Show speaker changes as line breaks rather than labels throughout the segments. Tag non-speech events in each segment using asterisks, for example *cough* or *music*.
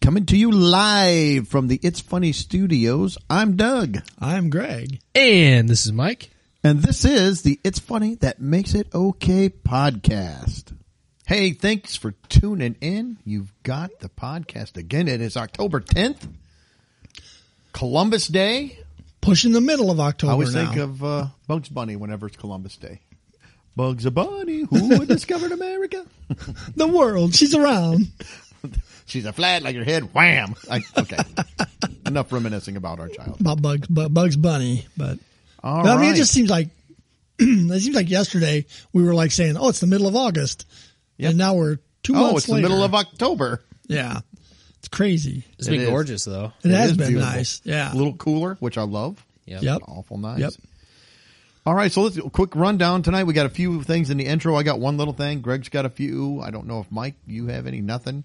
Coming to you live from the It's Funny studios, I'm Doug.
I'm Greg.
And this is Mike.
And this is the It's Funny That Makes It Okay podcast. Hey, thanks for tuning in. You've got the podcast again. It is October 10th, Columbus Day.
Pushing the middle of
I
October
always
now.
think of uh, Bugs Bunny whenever it's Columbus Day. Bugs a Bunny, who *laughs* discovered America?
the world.
*laughs*
She's around.
She's a flat like her head. Wham! I, *laughs* okay. Enough reminiscing about our child.
About Bugs, Bu- Bugs Bunny, but
All
but I mean,
right.
it just seems like *clears throat* it seems like yesterday we were like saying, "Oh, it's the middle of August," and now we're two
Oh,
months
it's
later.
the middle of October.
yeah, it's crazy.
It's
It
been
is.
gorgeous though.
It, has
is
been
beautiful.
nice. Yeah.
A little cooler, which I love.
Yep.
Yep.
Awful nice.
Yep.
All right, so let's do a quick rundown tonight. We got a few things in the intro. I got one little thing. Greg's got a few. I don't know if Mike, you have any. Nothing.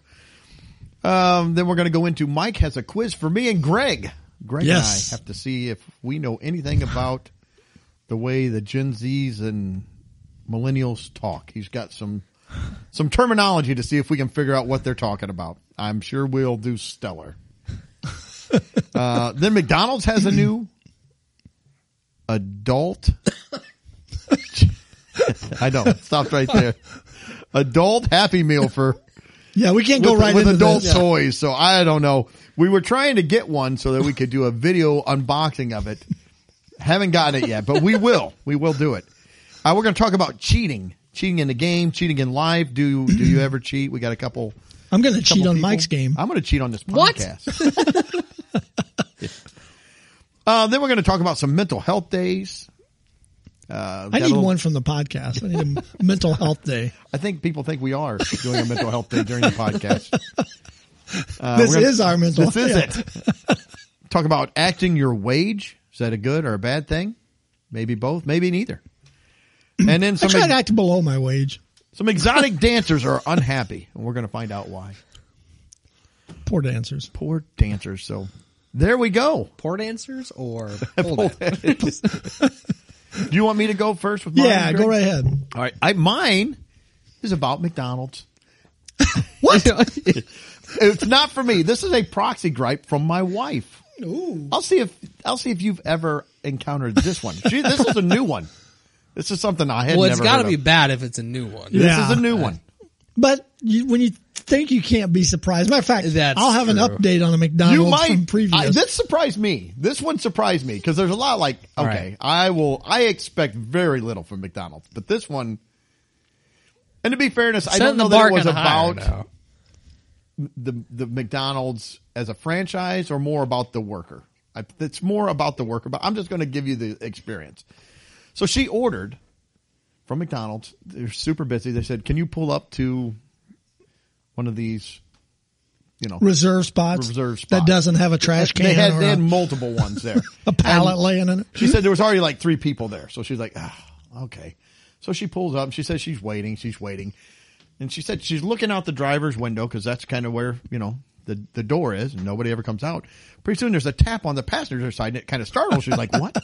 Um, then we're going to go into Mike has a quiz for me and Greg. Greg
Yes.
and I have to see if we know anything about the way the Gen Zs and millennials talk. He's got some some terminology to see if we can figure out what they're talking about. I'm sure we'll do stellar. Uh, then McDonald's has a new adult. I know. Stopped right there. Adult Happy Meal for
Yeah, we can't go
with,
right
with
into
adult
this.
toys. So I don't know. We were trying to get one so that we could do a video unboxing of it. Haven't gotten it yet, but we will. We will do it. Uh, we're going to talk about cheating, cheating in the game, cheating in life. Do do you ever cheat? We got a couple.
I'm going to
couple
cheat on
people.
Mike's game.
I'm going to cheat on this
What?
podcast. *laughs* uh, then we're going to talk about some mental health days. Uh,
I
got a
need
little-
one from the podcast. I need a *laughs* mental health day.
I think people think we are doing a mental health day during the
*laughs*
podcast. Uh,
this
we're gonna-
is our mental.
This is
yeah.
it. Talk about acting your wage. Is that a good or a bad thing? Maybe both, maybe neither. And then
I
some,
try to act below my wage.
some exotic dancers are unhappy, and we're going to find out why.
Poor dancers.
Poor dancers. So there we go.
Port dancers
*laughs*
or pole dan-
Do you want me to go first with mine?
Yeah, go
Greg?
right ahead.
All right. I, mine is about McDonald's. *laughs*
What?
It's not for me. This is a proxy gripe from my wife.
Ooh.
I'll see if I'll see if you've ever encountered this one. Gee, this is a new one. This is something I had
Well, it's
never
got to
heard
be
of.
bad if it's a new one.
Yeah.
This is a new one.
But you, when you think you can't be surprised, matter of fact,
That's
I'll have an
true.
update on a
You
McDonald's from
might.
previous.
I, this surprised me. This one surprised me because there's a lot like okay,
right.
I will. I expect very little from McDonald's, but this one. And to be fairness, I don't
Setting
know
the
that
bar
it was
kinda higher
about
now.
the the McDonald's as a franchise or more about the worker. I, it's more about the worker, but I'm just going to give you the experience. So she ordered from McDonald's. They're super busy. They said, "Can you pull up to one of these, you know,
reserve spots
Reserve
that
spot.
doesn't have a trash can
they had,
or
they had
a,
multiple ones there.
*laughs* a pallet laying in it.
she said there was already like three people there. So she's like, ah, okay. So she pulls up and she says she's waiting. She's waiting. And she said she's looking out the driver's window because that's kind of where, you know, the, the door is and nobody ever comes out. Pretty soon there's a tap on the passenger side and it kind of startles. She's like, what?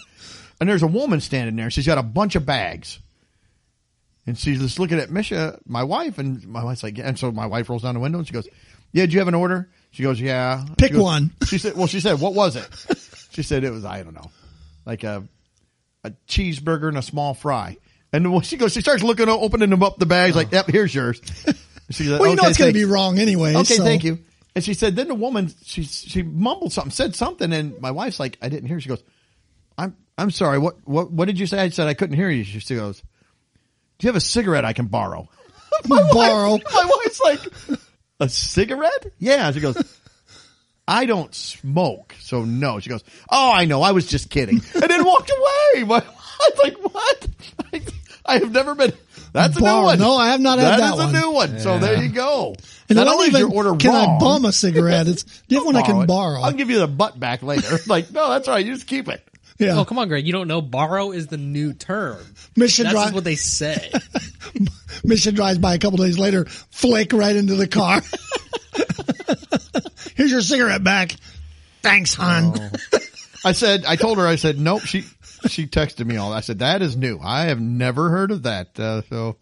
And there's a woman standing there. She's got a bunch of bags. And she's just looking at Misha, my wife, and my wife's like, and so my wife rolls down the window and she goes, yeah, do you have an order? She goes, yeah. She
Pick
goes-
one.
*laughs* She said, well, she said, what was it? She said it was, I don't know, like a, a cheeseburger and a small fry. And when she goes, she starts looking, opening them up the bags, like, yep, here's yours. She's like,
Well, you know
"Okay,
it's going to
thanks."
be wrong anyway.
Okay,
so- *laughs*
thank you. And she said, then the woman, she she mumbled something, said something, and my wife's like, I didn't hear. She goes, I'm I'm sorry. What what what did you say? I said I couldn't hear you. She goes, Do you have a cigarette I can borrow? *laughs*
Borrow.
My wife's like, a cigarette? Yeah. She goes, I don't smoke, so no. She goes, Oh, I know. I was just kidding, and then walked away. My, I was like, What? I, I have never been. That's a
Borrow.
new one.
No, I have not had that
That
one.
is a new one. So there you go.
And
not
I don't
only is
even,
your order
can
wrong,
I bum a cigarette? It's the other one I
borrow
can borrow.
Oh, it. I'll give you the butt back later. *laughs* like, no, that's all right. You just keep it.
yeah,
Oh come on, Greg! You don't know borrow is the new term.
Mission
That's
drive.
just what they say.
Mission drives by a couple days later, flake right into the car.
*laughs*
Here's your cigarette back. Thanks, hon.
Oh. I said, I told her, I said, nope. She, she texted me all. that. I said, that is new. I have never heard of that. Uh, so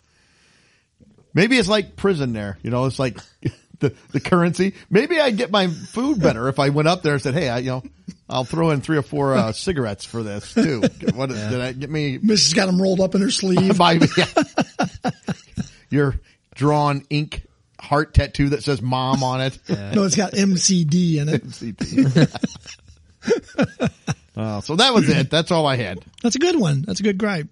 maybe it's like *laughs* prison there. You know, it's like the, the currency. Maybe I'd get my food better if I went up there and said, Hey, I, you know, I'll throw in three or four uh, cigarettes for this too. What is did I get me *laughs*
Mrs. got them rolled up in her sleeve.
by *laughs* yeah. your drawn ink heart tattoo that says mom on it?
no, it's got MCD in it.
*laughs* Uh, so that was it. That's all I had.
That's a good one. That's a good gripe.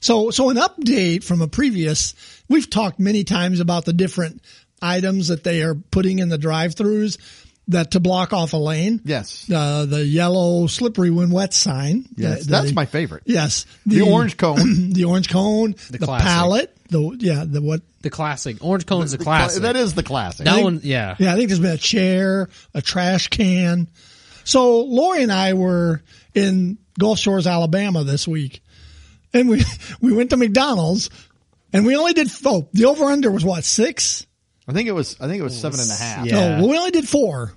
So, so an update from a previous, we've talked many times about the different items that they are putting in the drive-throughs that to block off a lane.
Yes.
Uh, the yellow slippery when wet sign.
Yes.
The-
That's
the-
my favorite.
Yes. *laughs*
The orange cone.
*clears throat* the orange cone, the,
The
palette,
classic.
palette, the, yeah, the what,
The classic orange cone's a classic.
That is the classic.
that one. Yeah.
Yeah, I think there's been a chair, a trash can. So Lori and I were in Gulf Shores, Alabama this week, and we *laughs* we went to McDonald's, and we only did oh the over under was what six?
I think it was. I think it was
Oh,
seven and a half.
yeah.
No, we only did four.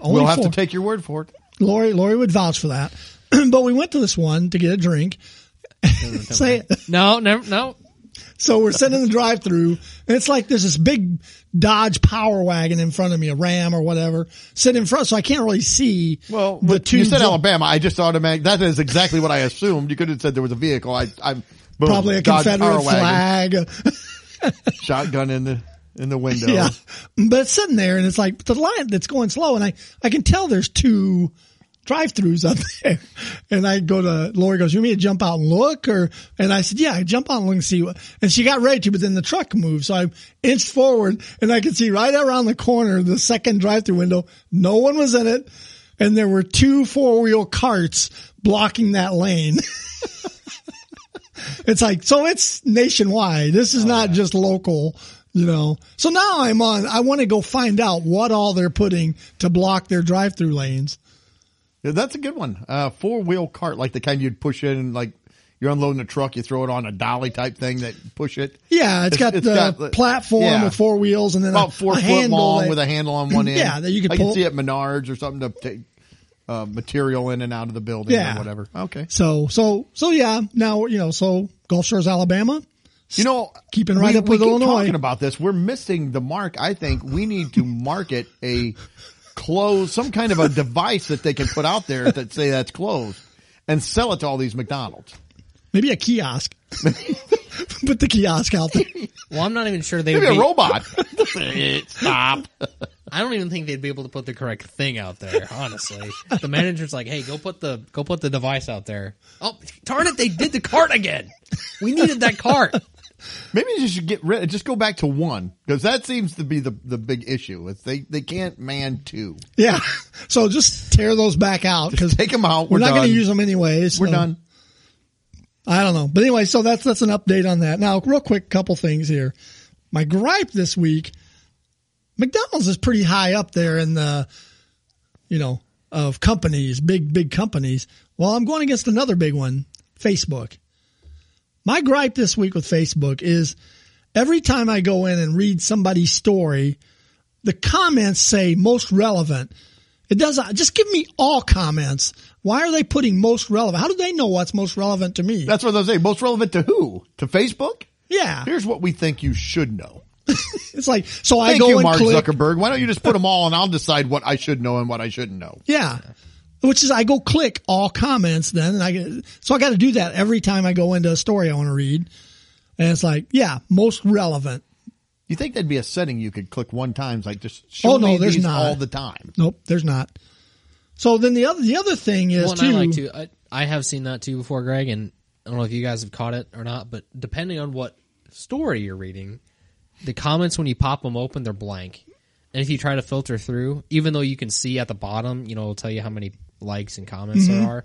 Only
We'll have to
four.
take your word for it.
Lori. Lori would vouch for that. *clears throat* but we went to this one to get a drink. *laughs* Say it.
No, never. No.
So we're sitting in the drive through and it's like there's this big Dodge power wagon in front of me, a Ram or whatever, sitting in front. So I can't really see.
Well, but you said
dri-
Alabama. I just automatic. That is exactly what I assumed. You could have said there was a vehicle. I, I'm boom,
probably a
Dodge
Confederate
Power wagon,
flag.
shotgun in the in the window.
Yeah. But it's sitting there and it's like the line that's going slow and I, I can tell there's two drive throughs up *laughs* there. And I go to Lori goes, You mean to jump out and look? Or and I said, Yeah, I jump out and look and see what and she got ready to, but then the truck moved. So I inched forward and I could see right around the corner the second drive through window. No one was in it. And there were two four wheel carts blocking that lane. *laughs* It's like, so it's nationwide. This
Oh,
is not just local, you know. So now I'm on, I want to go find out what all they're putting to block their drive through lanes.
Yeah, that's a good one. Uh, four wheel cart, like the kind you'd push in, like you're unloading a truck, you throw it on a dolly type thing that push it.
Yeah, it's
It's-
got
it's
the
got the-
platform
yeah.
with four wheels and then
About
a,
four
a
foot
handle
long
that-
with a handle
*clears throat*
on one end.
Yeah, that you could
I
pull-
can see at Menards or something to take uh, material in and out of the building
Yeah.
or whatever. Okay.
So, so, so yeah, now, you know, so Gulf Shores, Alabama.
You know,
Keeping right
we,
up
we
with
keep
Illinois.
Talking about this, we're missing the mark. I think we need to market a close, some kind of a device that they can put out there that say that's closed, and sell it to all these McDonald's.
Maybe a kiosk. *laughs* Put the kiosk out there.
Well, I'm not even sure they would
Maybe
be.
a robot.
*laughs*
Stop.
*laughs* I don't even think they'd be able to put the correct thing out there. Honestly, the manager's like, "Hey, go put the go put the device out there." Oh, darn it! They did the cart again. We needed that cart.
Maybe you should get rid. Just go back to one because that seems to be the the big issue. It's they they can't man two.
Yeah. So just tear those back out because
Take them out.
we're
We're,
not going
done.
to use them anyways.
We're
so-
done.
I don't know. But anyway, so that's that's an update on that. Now, real quick, couple things here. My gripe this week, McDonald's is pretty high up there in the, you know, of companies, big big companies. Well, I'm going against another big one, Facebook. My gripe this week with Facebook is every time I go in and read somebody's story, the comments say most relevant. It doesn't just give me all comments. Why are they putting most relevant? How do they know what's most relevant to me?
That's what I was saying. Most relevant to who? To Facebook?
Yeah.
Here's what we think you should know.
It's like, so I
Thank
go
you,
and
Mark
click.
Zuckerberg. Why don't you just put
*laughs*
them all and I'll decide what I should know and what I shouldn't know.
Yeah. Which is, I go click all comments then. And I get, so I got to do that every time I go into a story I want to read. And it's like, yeah, most relevant.
You think that'd be a setting you could click one time? It's Like just show
Oh, no,
me
there's
these
not.
all the time.
Nope, there's not. So then the other, the other thing is
One
too,
I like to. I, I have seen that too before, Greg, and I don't know if you guys have caught it or not, but depending on what story you're reading, the comments when you pop them open, they're blank. And if you try to filter through, even though you can see at the bottom, you know, it'll tell you how many likes and comments
Mm-hmm.
there are.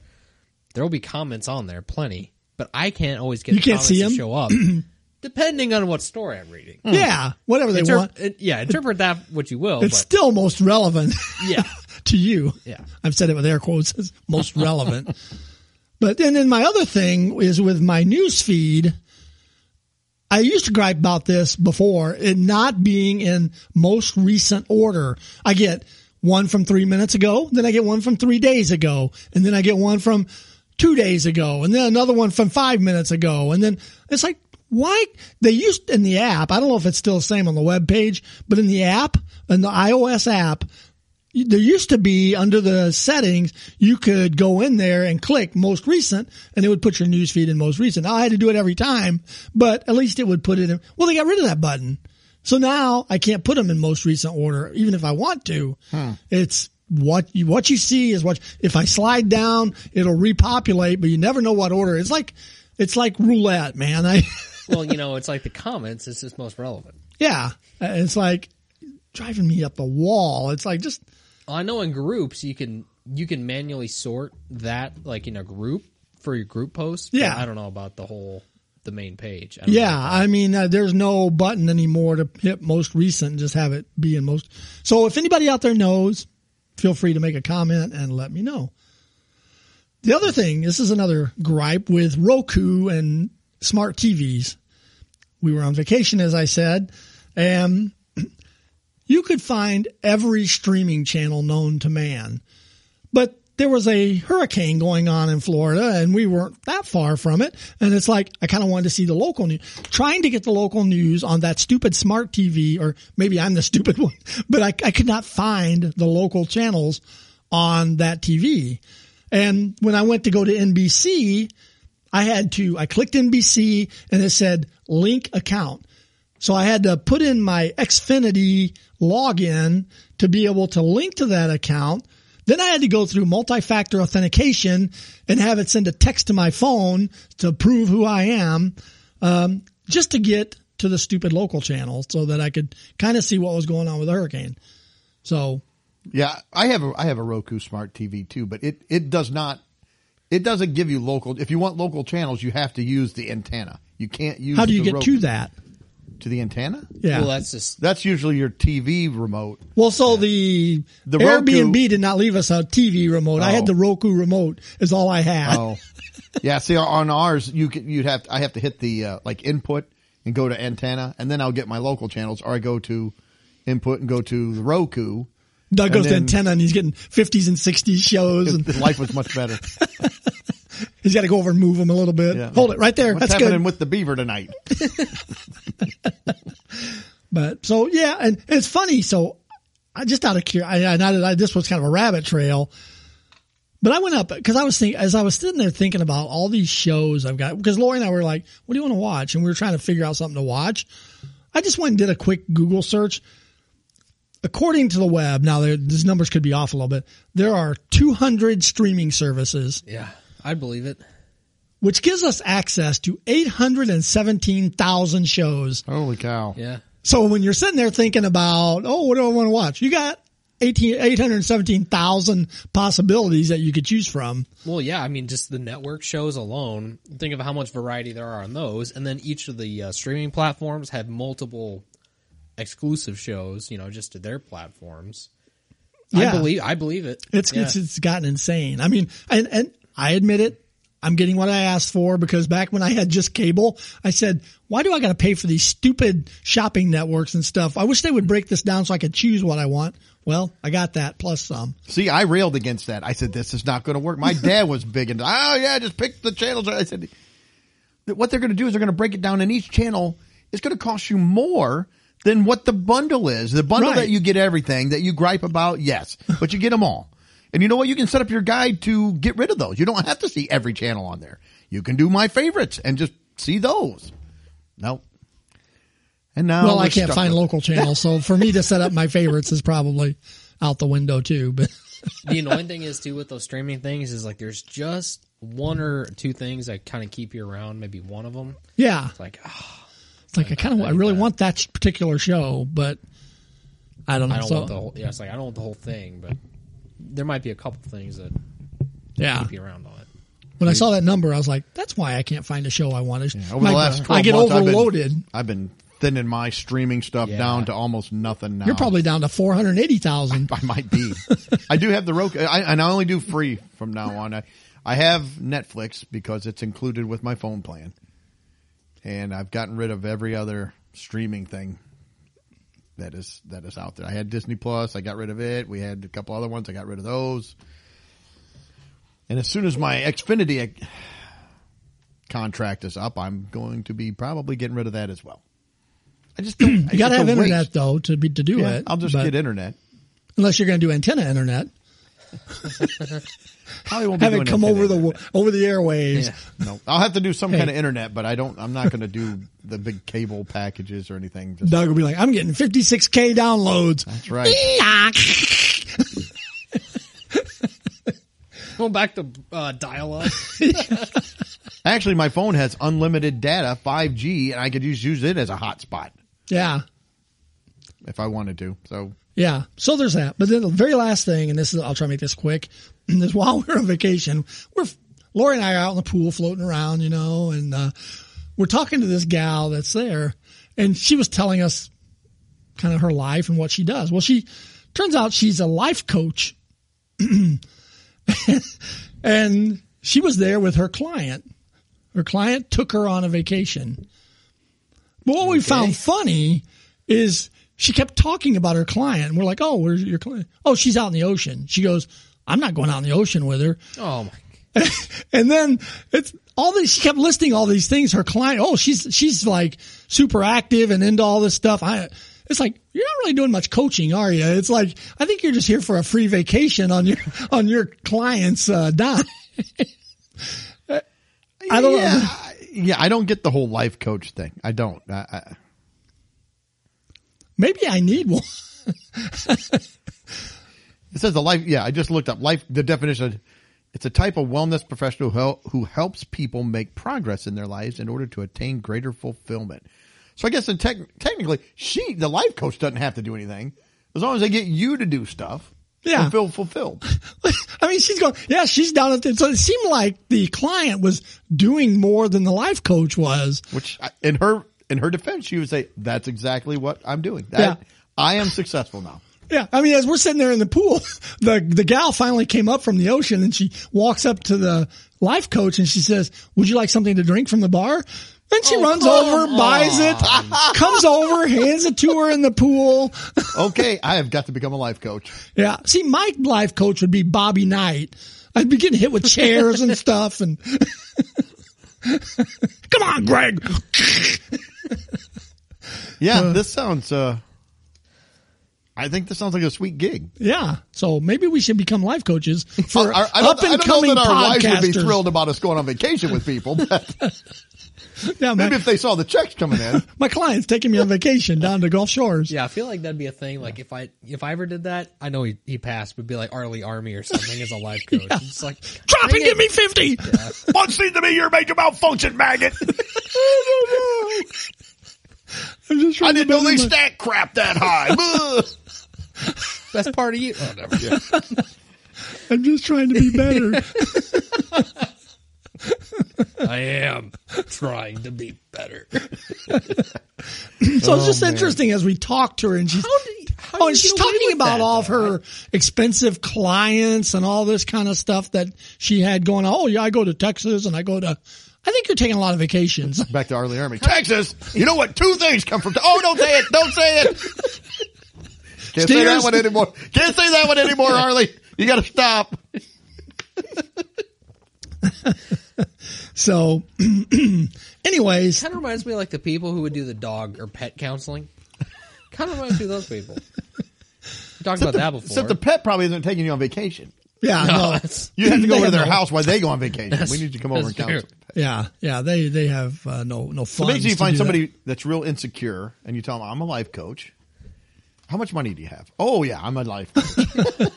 There will be comments on there, plenty, but I can't always get
You
the
can't
comments
see
to
'em? *clears throat*
show up, depending on what story I'm reading.
yeah, whatever they
Inter-
want.
it- yeah, interpret that what you will,
It's
but
still most relevant.
yeah,
*laughs* to you.
Yeah.
I've said it with air quotes. It's most relevant. *laughs* But and then my other thing is with my news feed. I used to gripe about this before it not being in most recent order. I get one from three minutes ago, then I get one from three days ago, and then I get one from two days ago, and then another one from five minutes ago, and then it's like, why they used in the app? I don't know if it's still the same on the web page, but in the app, in the iOS app, there used to be under the settings, you could go in there and click most recent and it would put your news feed in most recent. Now I had to do it every time, but at least it would put it in. Well, they got rid of that button. So now I can't put them in most recent order, even if I want to. It's what you, what you see is what, if I slide down, it'll repopulate, but you never know what order. It's like, it's like roulette, man. *laughs* I,
well, you know, it's like the comments. It's just most relevant.
yeah, it's like driving me up the wall. It's like just,
I know in groups you can you can manually sort that like in a group for your group posts. but
Yeah.
I don't know about the whole the main page. I don't
Yeah,
know.
I mean, uh, there's no button anymore to hit most recent and just have it be in most. So if anybody out there knows, feel free to make a comment and let me know. The other thing, this is another gripe with Roku and smart TVs. We were on vacation, as I said, and *clears throat* you could find every streaming channel known to man. But there was a hurricane going on in Florida and we weren't that far from it. And it's like, I kind of wanted to see the local news. Trying to get the local news on that stupid smart TV, or maybe I'm the *laughs* stupid one, but I, I could not find the local channels on that TV. And when I went to go to NBC, I had to, I clicked NBC and it said link account. So I had to put in my Xfinity login to be able to link to that account. Then I had to go through multi-factor authentication and have it send a text to my phone to prove who I am, um, just to get to the stupid local channel so that I could kind of see what was going on with the hurricane. So
Yeah, I have a I have a Roku smart TV too, but it it does not it doesn't give you local. If you want local channels, you have to use the antenna. You can't use
how do you
the
get
Roku-
to that?
to the antenna?
Yeah.
Well, that's just
That's usually your TV remote.
Well, so the,
The
Airbnb
Roku-
did not leave us a TV remote. I had
Oh.
the Roku remote is all I had.
Oh, yeah. See, on ours, you could you'd have I have to hit the uh, like input and go to antenna, and then I'll get my local channels, or I go to input and go to the Roku.
Doug
And
goes to
then-
antenna and he's getting 50s and 60s shows and
Life was much better.
he's got to go over and move them a little bit.
Yeah.
Hold it right there.
What's
That's
happening
good.
with the beaver tonight?
But so yeah, and, and it's funny. So I just out of curiosity, I, I, I, this was kind of a rabbit trail, but I went up because I was thinking as I was sitting there thinking about all these shows I've got because Lori and I were like, "What do you want to watch?" and we were trying to figure out something to watch. I just went and did a quick Google search. According to the web, now there, these numbers could be off a little bit. There are 200 streaming services
yeah. I believe it.
which gives us access to 817,000 shows.
Holy cow!
Yeah.
So when you're sitting there thinking about, oh, what do I want to watch? You got 18, 817,000 possibilities that you could choose from.
Well, yeah. I mean, just the network shows alone. Think of how much variety there are on those, and then each of the uh, streaming platforms have multiple exclusive shows. You know, just to their platforms.
Yeah.
I believe. I believe it.
It's,
Yeah.
it's, it's gotten insane. I mean, and, and I admit it. I'm getting what I asked for because back when I had just cable, I said, why do I got to pay for these stupid shopping networks and stuff? I wish they would break this down so I could choose what I want. Well, I got that plus some.
See, I railed against that. I said, "This is not going to work." My dad was big into, "Oh yeah, just pick the channels." I said, "What they're going to do is they're going to break it down in each channel. It's going to cost you more than what the bundle is. The bundle
Right.
that you get everything that you gripe about, yes, but you get them all. And you know what? You can set up your guide to get rid of those. You don't have to see every channel on there. You can do my favorites and just see those. No. And now,
Well,
we're
I can't
stuck
find
with-
local channels, so for me to set up my favorites is probably out the window too. But *laughs*
the annoying thing is too with those streaming things is like there's just one or two things that kind of keep you around. Maybe one of them.
yeah,
It's like ah,
it's like I kind of I really want that particular show, but I don't know.
I don't
so,
want the whole. Yeah, it's like I don't want the whole thing, but there might be a couple things that
yeah.
keep you around on it.
When I saw that number, I was like, "That's why I can't find a show I want." to
Over the last 12
I get
months, I've been-
overloaded.
I've been, thinning my streaming stuff
Yeah.
down to almost nothing now.
You're probably down to four hundred eighty thousand.
I might
*laughs*
be. I do have the Roku, I, and I only do free from now on. I, I have Netflix because it's included with my phone plan, and I've gotten rid of every other streaming thing that is that is out there. I had Disney Plus. I got rid of it. We had a couple other ones. I got rid of those. And as soon as my Xfinity uh, ac- contract is up, I'm going to be probably getting rid of that as well. I just don't. I
You got to
just
have
don't wait.
internet though to be to do
Yeah,
it.
I'll just
but-
get internet.
unless you're going to do antenna internet.
Probably won't be
Have
doing
it come
antenna
over the
internet.
wo- over the airwaves. *laughs*
No, I'll have to do some
Hey.
kind of internet, but I don't. I'm not going to do the big cable packages or anything. Just,
Doug will be like, "I'm getting 56k downloads."
That's right.
Going back to uh, dial up.
Actually, my phone has unlimited data, 5G, and I could just use it as a hotspot
Yeah,
if I wanted to. So
yeah. So there's that. But then the very last thing, and this is I'll try to make this quick. *clears throat* Is while we're on vacation, we're Lori and I are out in the pool floating around, you know, and uh, we're talking to this gal that's there, and she was telling us kind of her life and what she does. Well, she turns out she's a life coach *clears throat* and she was there with her client. Her client took her on a vacation. But what we found funny is she kept talking about her client. We're like, oh, where's your client? Oh, she's out in the ocean. She goes, I'm not going out in the ocean with her.
*laughs* Oh my!
And then it's all these, she kept listing all these things. Her client, oh, she's, she's like super active and into all this stuff. I, it's like, you're not really doing much coaching, are you? It's like, I think you're just here for a free vacation on your, *laughs* on your client's, uh, dime. *laughs* I don't know.
yeah, I- yeah, I don't get the whole life coach thing. I don't. I, I,
Maybe I need one.
it says the life. Yeah, I just looked up life. The definition. It's a type of wellness professional who, hel- who helps people make progress in their lives in order to attain greater fulfillment. So I guess in tech technically, she the life coach doesn't have to do anything as long as they get you to do stuff.
Yeah.
and feel fulfilled.
I mean, she's going, yeah, she's down at the, so it seemed like the client was doing more than the life coach was.
Which I- in her in her defense, she would say, "That's exactly what I'm doing. That,
Yeah.
I am successful now."
Yeah. I mean, as we're sitting there in the pool, *laughs* the, the gal finally came up from the ocean and she walks up to the life coach and she says, would you like something to drink from the bar? And she runs over, buys it, *laughs* comes over, hands it to her in the pool.
Okay, I have got to become a life coach.
Yeah. See, my life coach would be Bobby Knight. I'd be getting hit with chairs and stuff and *laughs* come on, Greg.
Yeah, this sounds. uh I think this sounds like a sweet gig.
Yeah. So maybe we should become life coaches for
I, I
up
don't, I
and
don't know
coming
that our wives would be
podcasters.
thrilled about us going on vacation with people. But
Yeah,
maybe
my,
if they saw the checks coming *laughs* in,
my client's taking me on vacation down to Gulf Shores.
Yeah, I feel like that'd be a thing. Like if I if I ever did that, I know he, he passed, but it'd be like Arlie Army or something as a *laughs* life coach. It's like
Drop and
dang it.
give me 50. *laughs*
one seems to be your major malfunction maggot.
I'm
*laughs* I
just trying
didn't
to
know they
build my-
stack crap that *laughs* high. Ugh.
best part *laughs* of you. Oh, never.
I'm just trying
*laughs*
to be better.
I am trying to be better.
so
Oh,
it's just
man.
interesting as we talk to her and she's
did-
Oh,
how did
and
you
she's
get away
talking
with
about
that,
all of
though?
her expensive clients and all this kind of stuff that she had going on. Oh yeah, I go to Texas and I go to I think you're taking a lot of vacations.
Back to Arlie Army, Texas. You know what? Two things come from. Oh, don't say it. Don't say *laughs* it. Can't say that
Steers.
one anymore. Can't say that one *laughs* anymore, Arlie. You got to stop.
So *clears throat* anyways,
Kind of reminds me of, like the people who would do the dog or pet counseling. Kind of reminds me of those people. We talked about that before.
Except the pet probably isn't taking you on vacation. *laughs*
yeah, no.
that's- *laughs*
You have to
*laughs* They
go to
have
their
no-
house while they go on vacation. We need you to come over and
that's true.
counsel.
Yeah, yeah, they they have uh, no no
So
fun.
make sure you find somebody that's real insecure and you tell them, I'm a life coach. How much money do you have? Oh, yeah, I'm a life coach.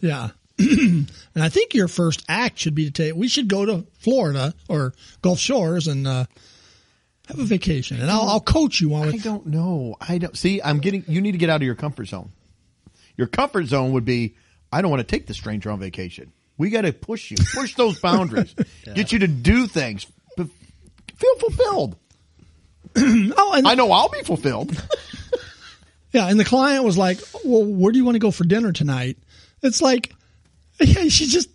Yeah, *clears throat* and I think your first act should be to take. We should go to Florida or Gulf Shores and uh, have a vacation, and I'll, I'll coach you
*laughs*
on
I
it.
don't know. I don't see. I'm getting, you need to get out of your comfort zone. Your comfort zone would be, I don't want to take the stranger on vacation. We got to push you, push those *laughs* boundaries, get you to do things. But Feel fulfilled.
Oh, and
I know I'll be fulfilled.
yeah, and the client was like, "Well, where do you want to go for dinner tonight?" It's like, *laughs* yeah, she's just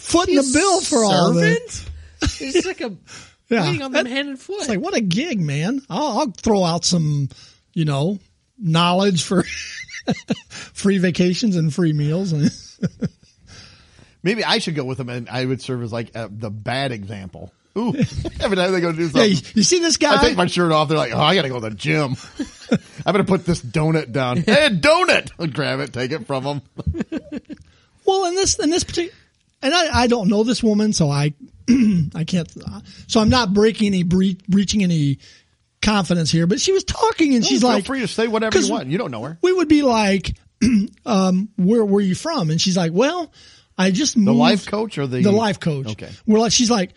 footing the bill for all of it.
servant. It's like a
*laughs* Yeah.
waiting on them
That-
hand and foot.
It's like, what a gig, man! I'll, I'll throw out some, you know, knowledge for *laughs* free vacations and free meals *laughs* and.
Maybe I should go with them, and I would serve as like a, the bad example. Ooh, *laughs* every time they go do
Yeah,
something.
you, you see this guy?
Um, I take my shirt off. They're like, oh, I got to go to the gym. *laughs* I'm going to put this donut down. *laughs* Hey, donut! I'll grab it, take it from *laughs* them.
Well, in this in this particular, and I, I don't know this woman, so I *clears throat* I can't. uh, So I'm not breaking any bre- breaching any confidence here. But she was talking, and she's
Oh, Feel
like,
free to say whatever
'cause
you want. You don't know her.
we would be like, *clears throat* um, where were you from? And she's like, well, I just moved
The life coach or the
the life coach.
Okay.
We're like, she's like,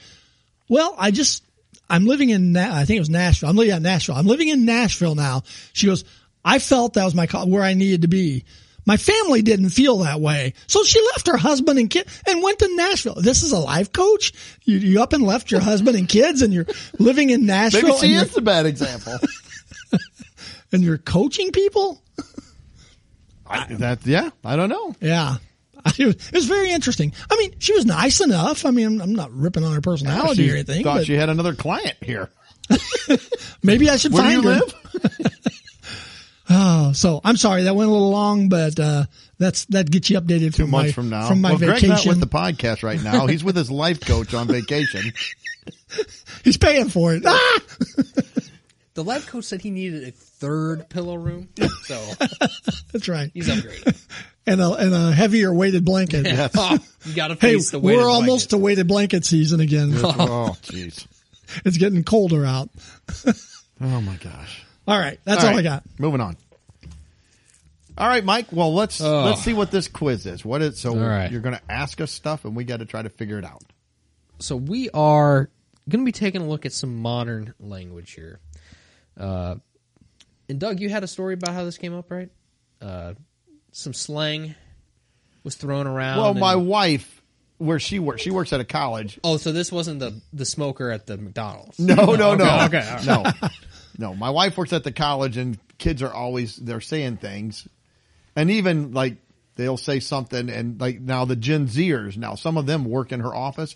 well, I just, I'm living in, Na- I think it was Nashville. I'm living in Nashville. I'm living in Nashville now. She goes, I felt that was my, co- where I needed to be. My family didn't feel that way. So she left her husband and kid and went to Nashville. This is a life coach. You, you up and left your husband and kids and you're living in Nashville
Maybe
and,
she
you're,
is the bad example.
*laughs* and you're coaching people.
I, that yeah, I don't know.
Yeah. *laughs* It was, it was very interesting. I mean, she was nice enough. I mean, I'm, I'm not ripping on her personality
She
or anything,
thought
but
she had another client here.
maybe I should
Where do you
find her.
live?
Oh, so I'm sorry that went a little long, but uh, that's that gets you updated
Two
*laughs* from
months
my,
from now.
my
well,
vacation.
Greg's not with the podcast right now. He's with his life coach on
*laughs*
vacation.
He's paying for it. Ah!
The life coach said he needed a third pillow room, so
That's right,
he's upgrading.
*laughs* and a and a heavier weighted blanket.
Oh, *laughs* you got to
Hey,
face the weight.
we're
of
almost
blanket.
to weighted blanket season again.
oh, jeez.
*laughs* it's getting colder out.
Oh my gosh.
All right, that's all,
right,
I got.
Moving on. All right, Mike. Well, let's
Oh.
let's see what this quiz is. What is so
All right.
you're going to ask us stuff, and we got to try to figure it out.
so we are going to be taking a look at some modern language here. Uh, and Doug, you had a story about how this came up, right? Uh, some slang was thrown around.
Well,
and-
my wife, where she works, she works at a college.
oh, so this wasn't the the smoker at the McDonald's.
*laughs* No, no, no,
Okay, okay, all right.
no, no. My wife works at the college, and kids are always they're saying things, and even like they'll say something, and like now the Gen Zers, now some of them work in her office.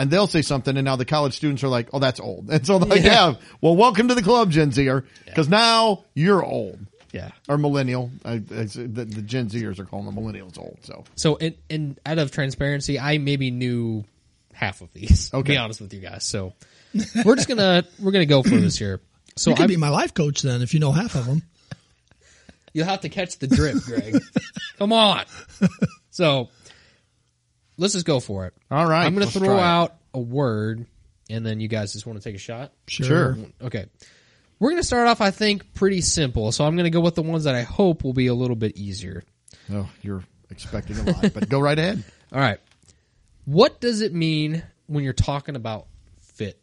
And they'll say something, and now the college students are like, "Oh, that's old." And so, they're like, yeah, well, welcome to the club, Gen Zer, because now you're old.
Yeah.
or millennial. I, I, the, the Gen Zers are calling the millennials old. So
So, in, in out of transparency, I maybe knew half of these. To
Okay.
be honest with you guys. So, we're just gonna we're gonna go for this here. So
You could
I
be my life coach then if you know half of them.
You'll have to catch the
*laughs*
drip, Greg. Come on. So let's just go for it.
All right,
I'm going to
let's
throw
try it.
out a word, and then you guys just want to take a shot.
Sure.
Okay. We're going to start off, I think, pretty simple. So I'm going to go with the ones that I hope will be a little bit easier.
oh, you're expecting a lot, but go right
*laughs*
ahead.
All right. What does it mean when you're talking about fit?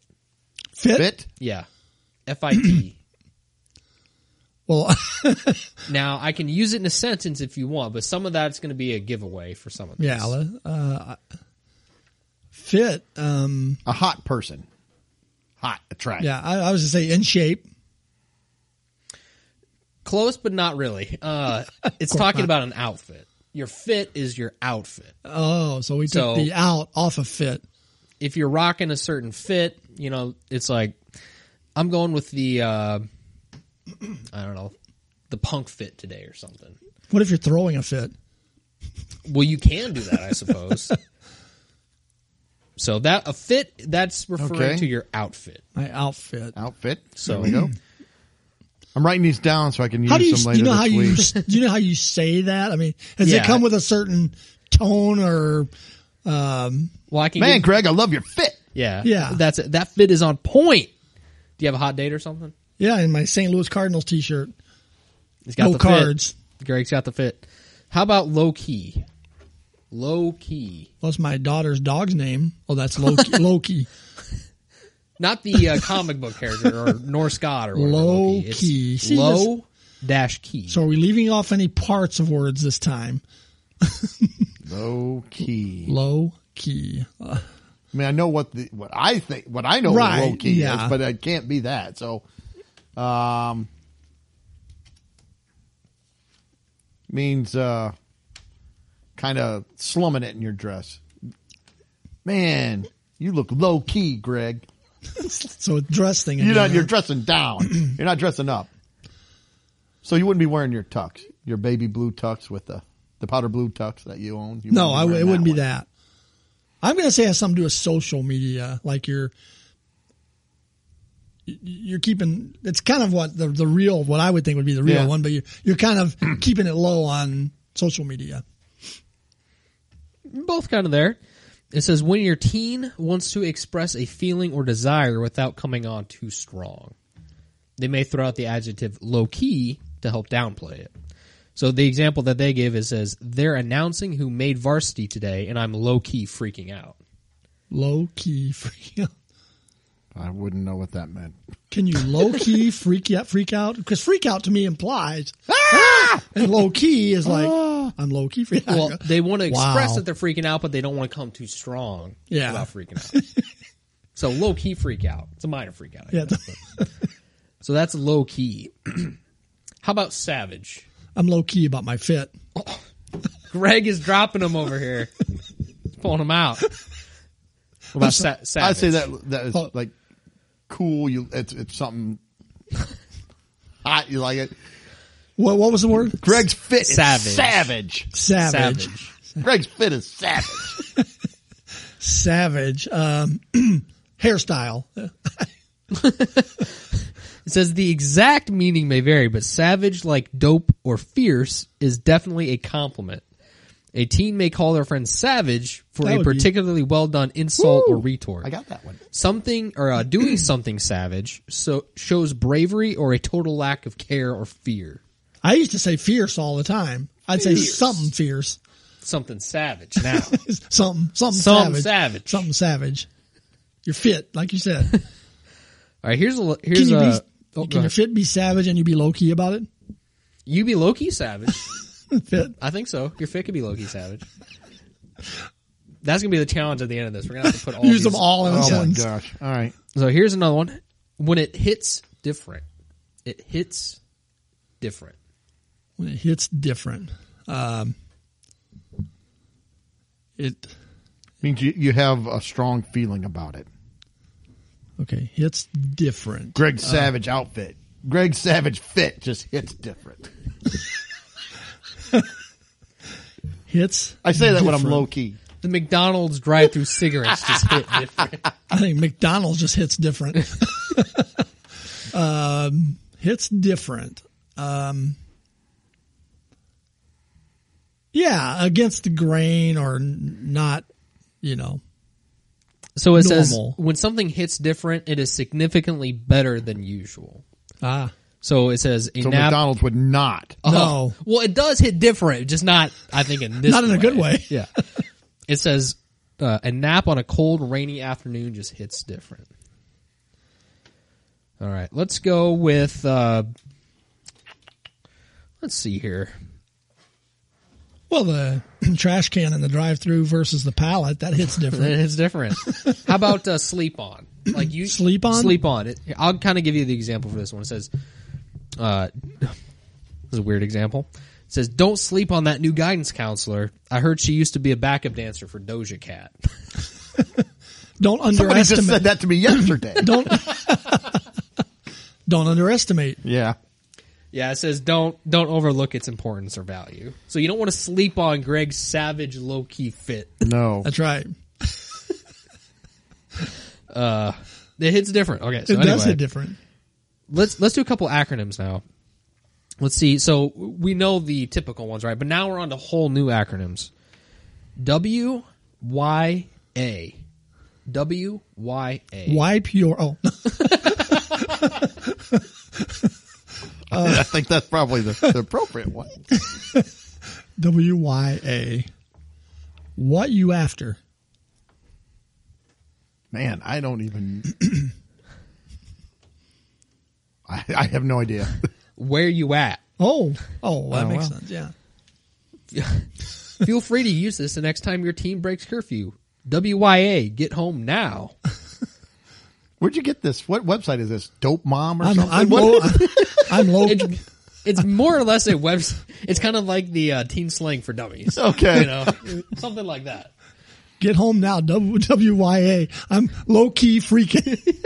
Fit?
Fit.
Yeah. F I
*clears throat*
T.
Well, *laughs*
Now, I can use it in a sentence if you want, but some of that's going to be a giveaway for some of these.
yeah, uh, fit. Um,
A hot person. Hot. Attract.
yeah, I, I was to say in shape.
Close, but not really. Uh,
*laughs*
it's talking about an outfit. Your fit is your outfit.
Oh, so we took
So-
the out off of fit.
If you're rocking a certain fit, you know, it's like, I'm going with the, uh, I don't know, the punk fit today or something.
What if you're throwing a fit?
Well, you can do
*laughs*
that, I suppose. so that, a fit, that's referring
Okay.
to your outfit.
My outfit.
Outfit.
So-
So there we go. I'm writing these down so I can use
How do you
them
you
later
know
this
how you
week.
do you know how you say that? I mean, does it
Yeah.
come with a certain tone or um,
Well, I can
Man,
give-
Greg, I love your fit.
yeah.
Yeah.
That's it. That fit is on point. Do you have a hot date or something?
yeah? In my St. Louis Cardinals T-shirt,
He's got
No
the
cards.
Fit. Greg's got the fit. How about low key? Low key,
plus my daughter's dog's name. Oh, that's Loki. Loki.
not the uh, *laughs* comic book character or Norse god or whatever.
Low
It's
key. See,
low dash key.
So are we leaving off any parts of words this time?
Low key.
Low key. Uh,
I mean, I know what the what I think what I know
Right,
what low key
yeah.
is, but it can't be that. So, um, means uh, kind of slumming it in your dress. Man, you look low key, Greg.
so it's dress thing.
You're not.
again,
You're
huh?
dressing
*clears throat*
down. You're not dressing up. So you wouldn't be wearing your tux, your baby blue tux with the the powder blue tux that you own. You
no,
be
I w-
wearing
it wouldn't be
one.
that. I'm going to say it has something to do with social media, like your y- you're keeping it's kind of what the the real what I would think would be the real
Yeah.
one, but you're you're kind of *clears throat* keeping it low on social media.
both kind of there. It says when your teen wants to express a feeling or desire without coming on too strong. They may throw out the adjective low key to help downplay it. So the example that they give is says they're announcing who made varsity today and I'm low key freaking out.
Low key freak out.
I wouldn't know what that meant.
Can you low key freak out? Freak out because freak out to me implies *laughs* and low key is like I'm low key freak out. *laughs*
Well, they want to express
Wow.
that they're freaking out, but they don't want to come too strong
Yeah.
about freaking out.
*laughs*
so low key freak out. It's a minor freak out. I
Yeah. *laughs*
guess, but- so that's low key. *clears throat* How about savage?
I'm low key about my fit.
Greg is dropping him over here, He's pulling him out. What
*laughs*
about sa- savage?
I say that that is
Oh.
like cool. You it's it's something hot. You like it.
What what was the word?
Greg's fit is
*laughs*
Savage.
savage.
Savage.
savage.
Greg's fit is savage.
Savage. Um, *clears throat* hairstyle.
It says the exact meaning may vary, but savage, like dope or fierce, is definitely a compliment. A teen may call their friend savage for
That
a
would be-
particularly well done insult or retort.
I got that one.
Something or uh,
*clears throat*
doing something savage so shows bravery or a total lack of care or fear.
I used to say fierce all the time. I'd say something fierce.
Something savage
*laughs*
now.
something, something,
Something
savage.
savage.
Something savage. Your fit, like you said.
All right, here's a li-
Can
here's
you
a.
be,
oh, go
can your
ahead.
fit be savage and you be low key about it? *laughs*
you be Loki savage.
Fit.
I think so. Your fit could be Loki Savage. That's gonna be the challenge at the end of this. We're gonna
*laughs*
have to put all
Use
these-
them all in a
Oh my
sentence.
gosh! All right,
So here's another one. When it hits different, it hits different.
When it hits different. Um, it
means you you have a strong feeling about it.
okay, hits different.
Greg Savage outfit. Greg Savage fit just hits different.
Hits
I say that when I'm low key.
The McDonald's drive-through cigarettes just hit different.
I think McDonald's just hits different. um, hits different. Um, yeah, against the grain or n- not, you know.
So it says
Normal.
when something hits different, it is significantly better than usual.
Ah,
So it says a
So
nap.
McDonald's would not.
Oh.
No.
well, it does hit different, just not. I think in this
not in a good way. *laughs*
Yeah. *laughs* It says uh, a nap on a cold, rainy afternoon just hits different. All right, let's go with. Uh, let's see here.
Well, the *clears throat* trash can in the drive-through versus the pallet that hits different.
It's different. *laughs* How about uh, sleep on? Like you
Sleep on?
Sleep on. It, I'll kind of give you the example for this one. It says, uh, "This is a weird example." It says, "Don't sleep on that new guidance counselor. I heard she used to be a backup dancer for Doja Cat." *laughs*
Don't
*laughs* Somebody just said
underestimate.
that to me yesterday.
*laughs* Don't don't underestimate.
yeah.
Yeah, it says don't don't overlook its importance or value. So you don't want to sleep on Greg's savage low key fit.
No.
That's right.
It hits different. Okay, so
It
anyway,
does hit different.
let's let's do a couple acronyms now. Let's see. So we know the typical ones, right? But now we're on to whole new acronyms. W Y A. W Y A.
Wipe your oh. *laughs* Uh,
*laughs* I think that's probably the, the appropriate one.
W Y A. What you after?
Man, I don't even. *clears throat* I, I have no idea. *laughs*
Where you at? *laughs*
Oh, oh, that
Oh,
makes
wow.
sense. Yeah,
Feel free to use this the next time your team breaks curfew. W Y A. Get home now.
Where'd you get this? What website is this? Dope Mom or
I'm
something?
I'm
What-
low. *laughs* I'm low.
it's, it's more or less a web. It's kind of like the uh, teen slang for dummies.
Okay.
you know, something like that.
Get home now. W Y A. I'm low key freaking.
*laughs*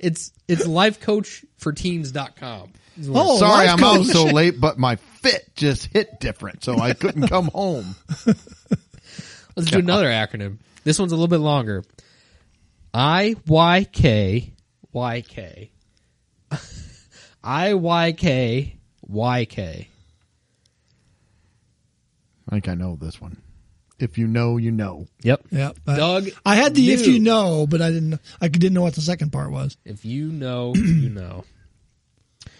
It's it's lifecoachforteens.com.
Oh,
Sorry,
life
I'm out
coach.
so late, but my fit just hit different, so I couldn't come home.
Let's do another acronym. This one's a little bit longer. I Y K Y K. *laughs* I Y K Y K.
I think I know this one. If you know, you know.
Yep.
*laughs* Yeah. I-
Doug
I had the if
knew.
you know, but I didn't. I didn't know what the second part was.
If you know, you know.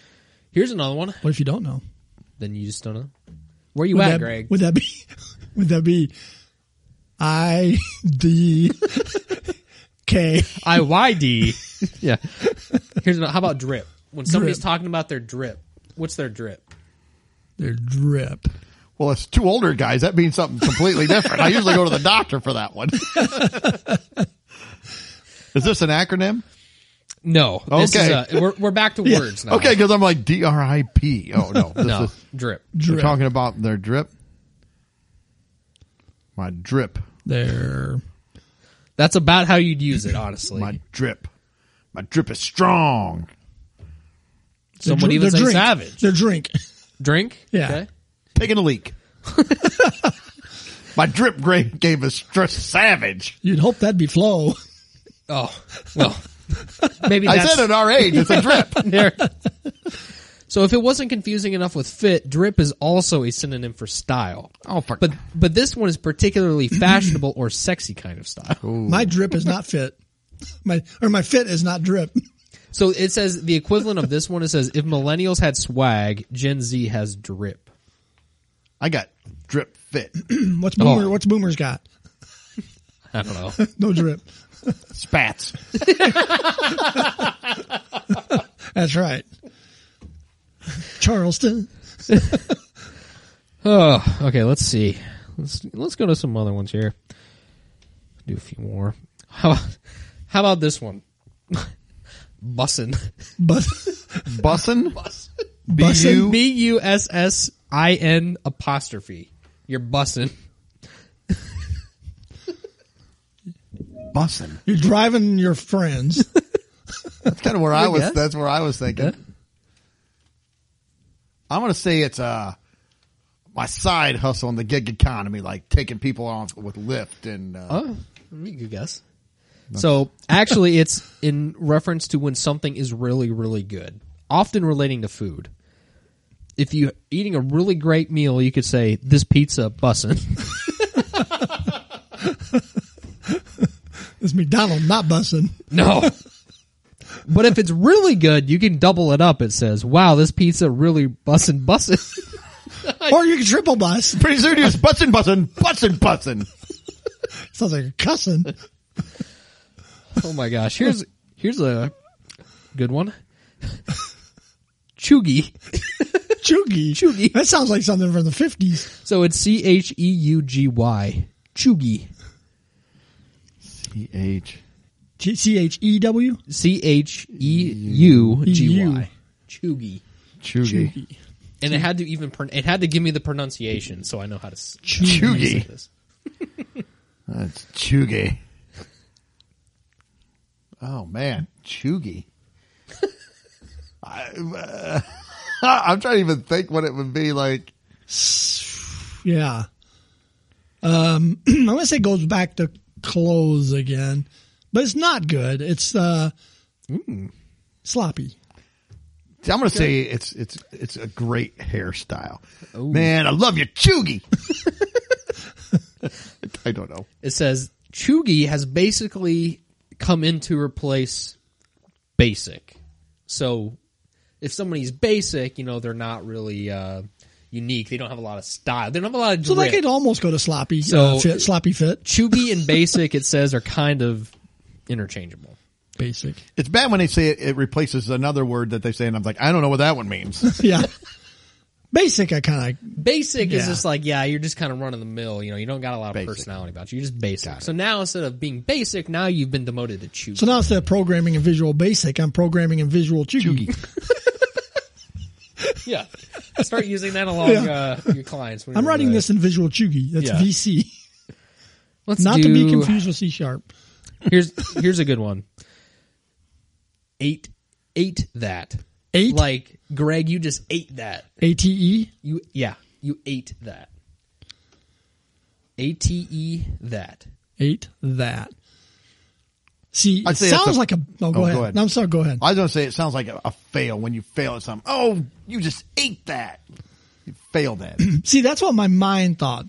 *clears throat* Here's another one.
What if you don't know?
Then you just don't know. Where you
would
at,
that,
Greg?
Would that be? *laughs* Would that be? I D K.
I
*laughs*
Y D.
Yeah.
Here's another. How about drip? When somebody's
Drip.
talking about their drip, what's their drip?
Their drip.
Well, it's two older guys. That means something completely different. I usually go to the doctor for that
*laughs*
one. Is this an acronym?
No. This is,
Okay.
uh, we're, we're back to words now.
Okay, because I'm like D R I P. Oh no, this
No.
is,
Drip.
you're
Drip.
talking about their drip. My drip.
Their
That's about how you'd use it, honestly.
My drip. My drip is strong.
their
Someone
dr-
even
their
say
drink.
savage.
Their drink.
Drink?
Yeah.
Okay.
Taking a
*laughs*
leak. My drip grade gave us stress savage.
You'd hope that'd be flow.
Oh, well, *laughs* maybe
I
that's
said at our age, it's a drip.
*laughs* there. So if it wasn't confusing enough with fit, drip is also a synonym for style.
Oh, fuck.
But but this one is *clears throat* particularly fashionable or sexy kind of style.
My drip is not fit. My or my fit is not drip. *clears throat*
So it says the equivalent of this one. It says if millennials had swag, Gen Z has drip.
I got drip fit.
What's boomer?
Oh.
What's boomer's got?
I don't *laughs* know.
No drip.
Spats.
That's right. Charleston.
Oh, okay. Let's see. Let's let's go to some other ones here. Do a few more. How how about this one? *laughs* Bussin.
But
Bussin.
Bussin'?
B-U-
B U S S I N apostrophe. You're bussin.
Bussin.
*laughs* you're driving your friends.
That's kind of where I was.
guess.
That's where I was thinking. I'm going to say it's uh, my side hustle in the gig economy, like taking people off with Lyft and uh,
Oh, good guess. So actually, it's in reference to when something is really, really good, often relating to food. If you eating a really great meal, you could say this pizza bussin. *laughs*
It's McDonald, not bussin'.
no. But if it's really good, you can double it up. It says, "Wow, this pizza really bussin' bussin'." *laughs*
Or you can triple bus.
pretty soon it's bussin, bussin, bussin, bussin.
Sounds like you're cussing.
oh my gosh! Here's here's a good one. *laughs* Chugi.
Chuggy.
Chuggy.
That sounds like something from the 50s.
So it's C H E U G Y. Chugi.
E H.
G- C-H-E-W?
C H E U G Y. Chugi.
Chugi.
And it had to even pron- it had to give me the pronunciation so I know how to s- say
Chugi.
this.
That's Chugi. Oh man, *laughs* Chugi. I, uh, *laughs* I'm trying to even think what it would be like.
Yeah. Um, *clears throat* I'm going to say it goes back to clothes again, but it's not good. It's uh, sloppy.
I'm gonna say it's it's it's a great hairstyle. Man, I love your chuggy. *laughs* I don't know.
It says Chugi has basically come in to replace basic. So if somebody's basic, you know, they're not really uh unique. They don't have a lot of style. They don't have a lot of
So
drip.
that could almost go to sloppy
So-
uh, fit, sloppy fit.
Chugi and basic it says are kind of interchangeable.
Basic.
It's bad when they say it, it replaces another word that they say, and I'm like, I don't know what that one *laughs* means.
Yeah. Basic, I kind of,
Basic is
Yeah.
just like, yeah, you're just kind of running the mill. You know, you don't got a lot of
Basic.
personality about you. You're just basic. So now instead of being basic, now you've been demoted to chew.
so now instead of programming and visual basic, I'm programming and visual chuggy.
yeah. Start using that along
Yeah.
uh, your clients. when
I'm
you're,
writing
uh,
this in visual chuggy. That's
Yeah.
VC. *laughs*
Let's
Not to be
do-
confused with C sharp.
Here's here's a good one. Eight ate that.
Ate?
Like Greg, you just ate that.
A-T-E?
You yeah, you ate that. A T E that.
Ate that. See,
I'd
it
say that's
sounds
a-
like a. Oh,
Oh,
go, ahead. No, I'm sorry. Go ahead.
I was going to say it sounds like a, a fail when you fail at something. Oh, you just ate that. You failed at *clears throat* it.
See, that's what my mind thought.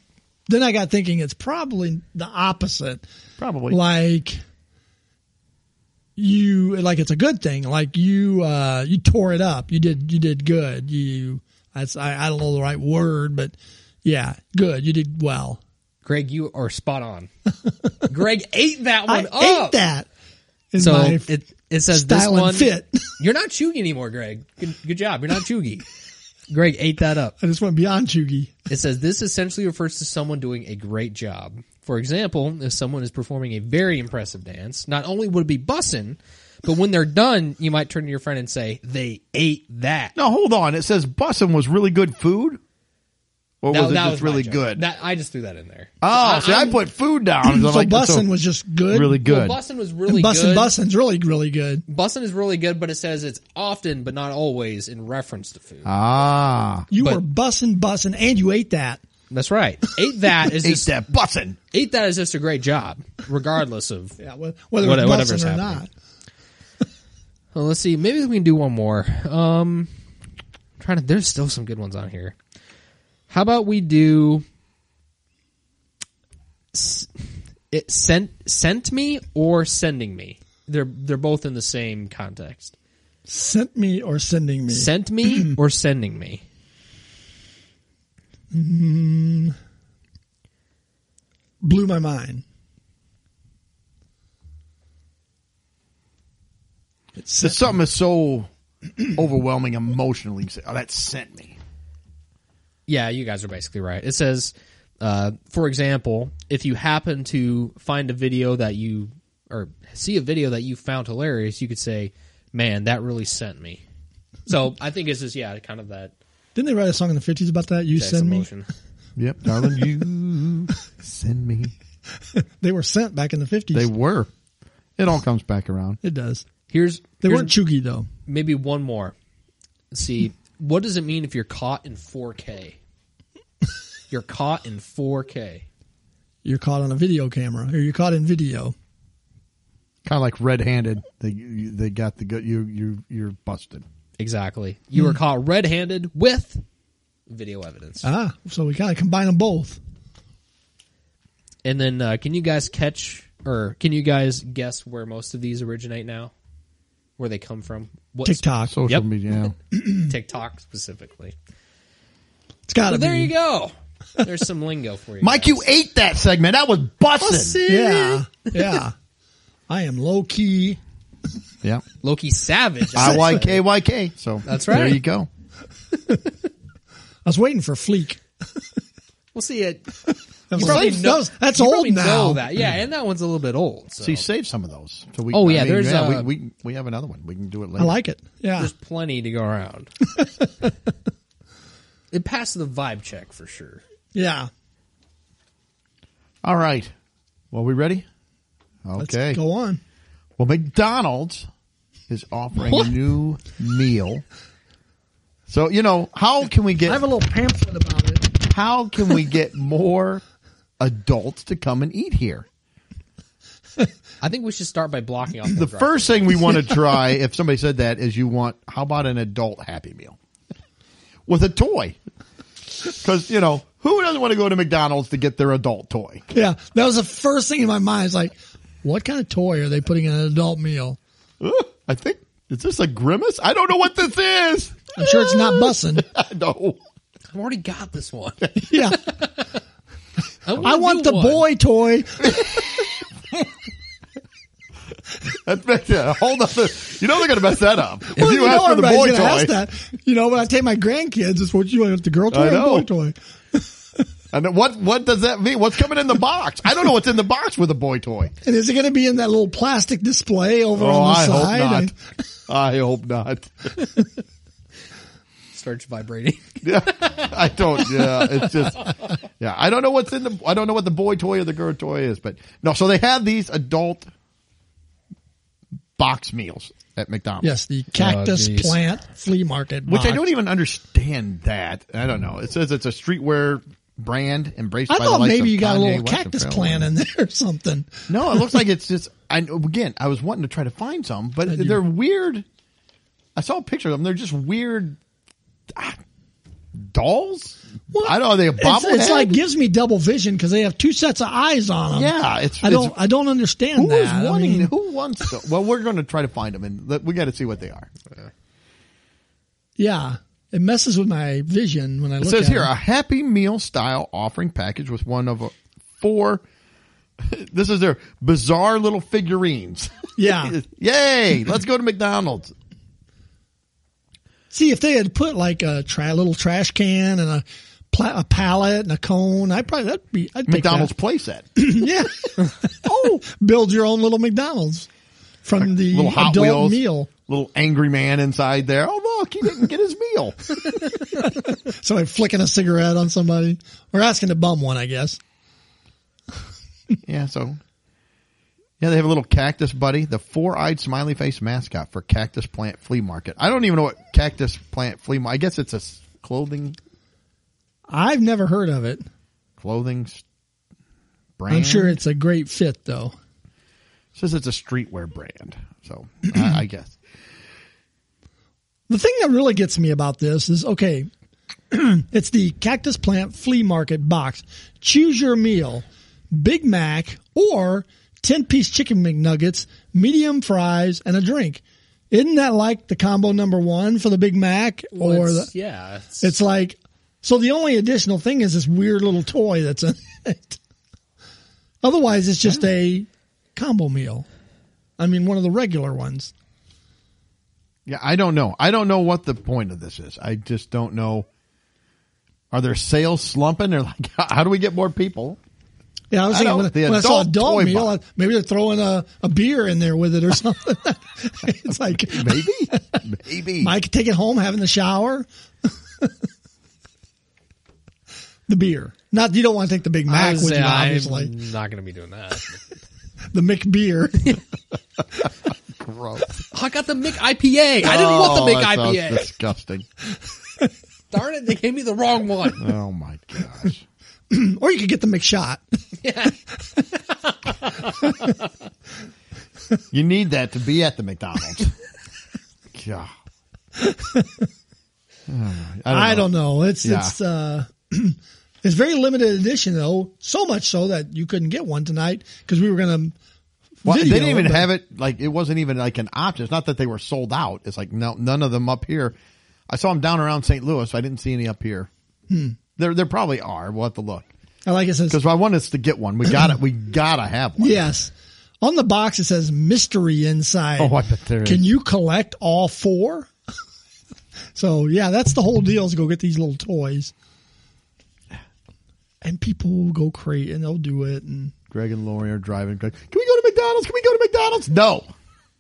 Then I got thinking it's probably the opposite.
Probably.
Like you, like it's a good thing. Like you, uh, you tore it up. You did, you did good. You, that's, I, I don't know the right word, but yeah, good. You did well.
Greg, you are
*laughs*
spot on. Greg ate that
I
one up.
ate that. oh, In
So
my
it it says this
style and
one
fit. *laughs*
You're not Chugi anymore, Greg. Good, good job. You're not Chugi. Greg ate that up.
I just went beyond Chugi.
It says this essentially refers to someone doing a great job. For example, if someone is performing a very impressive dance, not only would it be bussin', but when they're done, you might turn to your friend and say, "They ate that."
No, hold on. It says bussin was really good food. Or
That-
was it
that
just
my
really
joke.
good?
That I just threw that in there.
oh, see, I put food down.
So
I'm like,
Bussin
so
was just good.
really good.
Well, bussin' was really
Bussin
good.
Bussin's really, really good.
Bussin' is really good, but it says it's often, but not always, in reference to food.
ah,
You
But-
were bussin', bussin', and you ate that.
That's right. Ate that is
*laughs* ate
just
that bussin.
ate that is just a great job, regardless of.
Yeah, wh- whether
What-
it's
whatever's
bussin' or
happening.
not.
Well, let's see. Maybe we can do one more. Um, trying to. There's still some good ones on here. How about we do? s- It sent sent me or sending me. They're they're both in the same context.
Sent me or sending me.
Sent me or sending me.
Blew my mind. It
That
sent,
something is so *clears throat* overwhelming emotionally. You say, oh, that sent me.
Yeah, you guys are basically right. It says, uh, for example, if you happen to find a video that you or see a video that you found hilarious, you could say, "Man, that really sent me." So I think it's just yeah, kind of that
didn't they write a song in the 50s about that? You
text
send me?
emotion.
Yep, darling, you *laughs* send me.
They were sent back in the 50s.
They were. It all comes back around.
it does.
Here's
They
here's
weren't chuggy, though.
maybe one more. Let's see, what does it mean if you're caught in 4K? You're caught in 4K.
You're caught on a video camera, or you're caught in video.
Kind of like red-handed. They you- they got the good. You you you're busted.
Exactly. You
Hmm.
were caught red-handed with video evidence.
Ah, so we kind of combine them both.
And then, uh, can you guys catch or can you guys guess where most of these originate now? Where they come from? What
TikTok.
Social
Yep.
media.
*laughs* TikTok specifically.
It's got to
But there
be.
you go. There's some lingo for you.
Mike,
*laughs* guys.
you ate that segment. That was busted.
Yeah, yeah. *laughs* I am low key.
Yeah.
Loki Savage.
I Y K Y K. So
That's right.
There you go.
I was waiting for Fleek.
We'll see it.
That was
You probably
like-
know-
that was- that's
you
old
probably
now.
Know that. Yeah, and that one's a little bit old. So
So you saved some of those. So we,
Oh, yeah, there's, uh,
we, we we have another one. We can do it later.
I like it. Yeah.
there's plenty to
*laughs*
go around. it passed the vibe check for sure.
yeah.
All right. Well, we ready?
Let's
Okay.
go on.
Well, McDonald's is offering
What?
a new meal. So you know how can we
I
get
have a little pamphlet about it.
how can we get more adults to come and eat here?
I think we should start by blocking off
The
drive.
first thing we want to try, if somebody said that, is you want how about an adult Happy Meal with a toy? Because you know who doesn't want to go to McDonald's to get their adult toy?
Yeah. That was the first thing in my mind. It's like, what kind of toy are they putting in an adult meal?
Ugh, I think is this a grimace? I don't know what this is. *laughs*
I'm sure it's not bussing.
no.
I've already got
*laughs*
this one.
Yeah.
want
I
a
want
new
the
one.
boy toy.
That's that's a whole nother. You know they're gonna mess that up. If
Well,
you, ask for the boy
everybody's gonna
toy,
ask that. You know, when I take my grandkids, it's what you want the girl toy
I
or the
know.
boy toy.
and then what what does that mean? What's coming in the box? I don't know what's in the box with a boy toy.
And is it going to be in that little plastic display over
Oh,
on the
I
side?
hope
And-
not. *laughs* I hope not.
Starts vibrating.
Yeah, I don't. Yeah, it's just. Yeah, I don't know what's in the. I don't know what the boy toy or the girl toy is, but no. So they have these adult box meals at McDonald's.
Yes, Uh-huh. the cactus
geez.
plant flea market.
which I
box.
don't even understand that. I don't know. It says it's a streetwear brand embraced
I
by the
thought
likes
maybe
of
you got a
Kanye
little
West and
cactus
Pharrell
plant
Williams.
in there or something.
No, it looks like it's just. I again, I was wanting to try to find some, but
Had you-
they're weird. I saw a picture of them. They're just weird ah, dolls. I don't. Are they a bobblehead?
It's, it's like gives me double vision because they have two sets of eyes on them.
yeah. It's.
I don't.
It's,
I don't understand
who
that.
is
I
wanting?
mean,
who wants? To, well, we're going to try to find them, and let- we got to see what they are.
yeah, it messes with my vision when I
It
look.
says
at
here uh, *laughs*
them.
a Happy Meal style offering package with one of uh, four. *laughs* This is their bizarre little figurines.
Yeah.
*laughs* Yay! Let's go to McDonald's.
See, if they had put like a tra- little trash can and a pla- a pallet and a cone, I probably that'd be I'd take
McDonald's
that. *laughs*
playset.
yeah.
*laughs*
oh, build your own little McDonald's from the
little Hot
adult
Wheels,
meal.
little angry man inside there. Oh look, he didn't get his meal. *laughs*
So I'm flicking a cigarette on somebody or asking to bum one, I guess.
yeah, so yeah, they have a little cactus buddy, the four-eyed smiley face mascot for Cactus Plant Flea Market. I don't even know what Cactus Plant Flea. Market. I guess it's a s- clothing
I've never heard of it.
clothing s- brand.
I'm sure it's a great fit though.
says it's a streetwear brand. So I, I guess
The thing that really gets me about this is okay, *clears throat* it's the cactus plant flea market box. Choose your meal Big Mac or 10 piece chicken McNuggets, medium fries, and a drink. Isn't that like the combo number one for the Big Mac?
Well,
or
it's-
the,
yeah, it's,
it's like, so the only additional thing is this weird little toy that's in it. Otherwise, it's just a combo meal. I mean, one of the regular ones.
yeah, I don't know. I don't know what the point of this is. I just don't know. Are their sales slumping? They're like, *laughs* how do we get more people?
Yeah, I was
I
thinking
don't-
when,
the
when I saw
adult
adult
toy
meal,
box.
I- maybe they're throwing a, a beer in there with it or *laughs* something. it's like
Maybe, *laughs* maybe.
Mike take it home, have it in the shower. *laughs* the beer, not you don't want to take the Big
I
Mac
would
with
say
you,
I'm
obviously.
not going to be doing that. *laughs*
The McBeer.
Gross.
I got the Mick IPA. I didn't
Oh,
want the Mick IPA.
Disgusting.
Darn it, they gave me the wrong one.
*laughs* Oh my gosh.
*laughs* or you could get the McShot.
You need that to be at the McDonald's. God. Oh,
I don't know. It's
Yeah.
it's uh, *clears throat* it's very limited edition though. So much so that you couldn't get one tonight because we were gonna.
Well, they
video
didn't even
but-
have it. Like it wasn't even like an option. It's not that they were sold out. It's like no, none of them up here. I saw them down around St. Louis. I didn't see any up here. There, there probably are. We'll have to look
I like it says
because I want us to get one. We got it. We gotta have one.
Yes. On the box, it says mystery inside.
Oh, I bet there is.
Can you collect all four? *laughs* so, yeah, that's the whole deal is go get these little toys. And people will go crazy and they'll do it. And
Greg and Lori are driving. Greg, can we go to McDonald's? Can we go to McDonald's? No,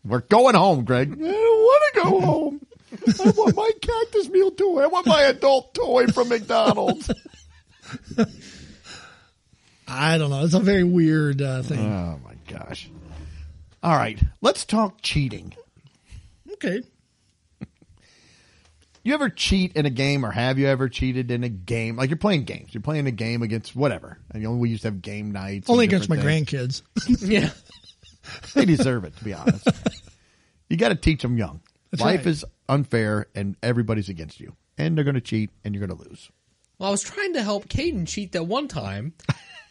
we're going home, Greg. I don't want to go home. I want my cactus meal toy. I want my adult toy from McDonald's.
I don't know. It's a very weird uh, thing.
*laughs* Oh my gosh! All right, let's talk cheating.
okay.
You ever cheat in a game, or have you ever cheated in a game? Like you're playing games, you're playing a game against whatever. And you know, we used to have game nights. and
Only against my
different things.
grandkids. *laughs*
yeah.
They deserve it, to be honest. you got to teach them young. Life
right.
is unfair, and everybody's against you, and they're going to cheat, and you're going to lose.
Well, I was trying to help Caden cheat that one time.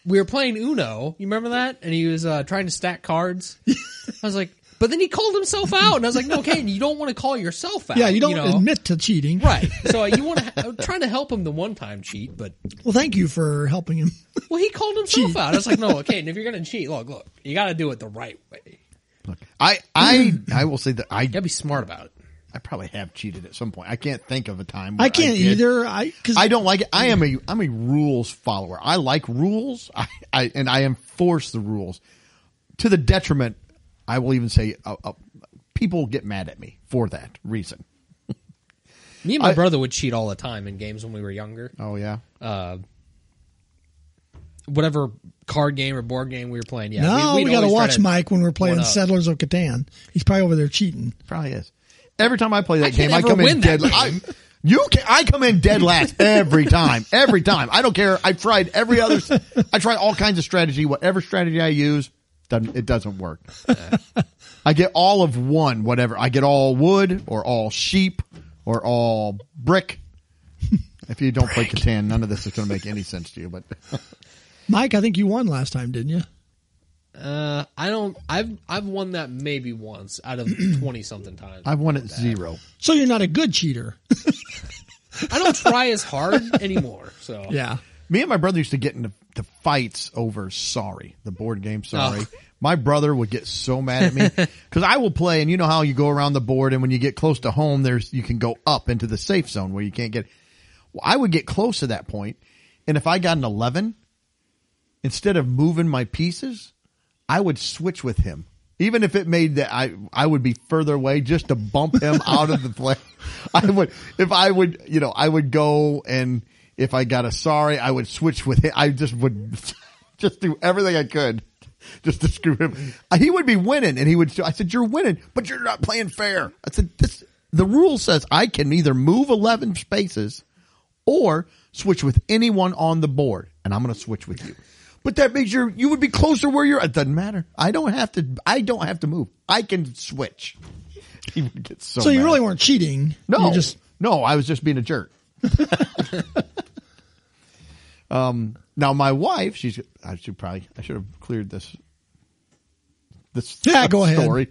We were playing Uno. You remember that? And he was uh, trying to stack cards. I was like, but then he called himself out, and I was like, no, Caden, you don't want to call yourself out.
Yeah, you don't
know?
admit to cheating.
Right. So uh, you want to? I'm trying to help him the one time cheat, but
Well, thank you for helping him.
well, he called himself out. I was like, no, Caden, if you're gonna cheat, look, look, you got to do it the right way.
Look, I, I, I will say that I,
You got to be smart about it.
I probably have cheated at some point. I can't think of a time. Where
I can't
did.
either. I, cause
I don't like it. I am a I'm a rules follower. I like rules. I, I and I enforce the rules to the detriment. I will even say uh, uh, people get mad at me for that reason.
Me and my
I-
brother would cheat all the time in games when we were younger.
Oh yeah,
Whatever card game or board game we were playing. Yeah.
no, we,
we'd
got to
always try
watch Mike when we're playing
one up.
Settlers of Catan. He's probably over there cheating.
probably is. Every time I play that
can't
game, I
ever
come in
win that
dead. I, You can, I come in dead last
*laughs*
every time, every time. I don't care. I've tried every other, I try all kinds of strategy. Whatever strategy I use, doesn't, it doesn't work. I get all of one, whatever. I get all wood or all sheep or all brick. If you don't play Catan, none of this is going to make any sense to you, but
Mike, I think you won last time, didn't you?
Uh, I don't. I've I've won that maybe once
*clears throat*
out of twenty something times. I,
I've won at zero.
So you're not a good cheater. *laughs*
don't try as hard anymore. So
yeah.
Me and my brother used to get into to fights over Sorry, the board game Sorry. My brother would get so mad at me because I will play, and you know how you go around the board, and when you get close to home, there's you can go up into the safe zone where you can't get. Well, I would get close to that point, and if I got an eleven, instead of moving my pieces, I would switch with him. Even if it made that I I would be further away just to bump him out of the play. I would if I would you know, I would go and if I got a sorry, I would switch with him. I just would *laughs* just do everything I could just to screw him. He would be winning and he would I said, You're winning, but you're not playing fair. I said, This the rule says I can either move eleven spaces or switch with anyone on the board, and I'm going to switch with you. But that makes you you would be closer where you're. It doesn't matter. I don't have to. I don't have to move. I can switch. *laughs* He would get so.
So you
mad.
really weren't cheating.
Oh, no
You just
no. I was just being a
*laughs*
jerk. um. Now my wife, she's. I should probably. I should have cleared this. This
Yeah, go ahead.
story.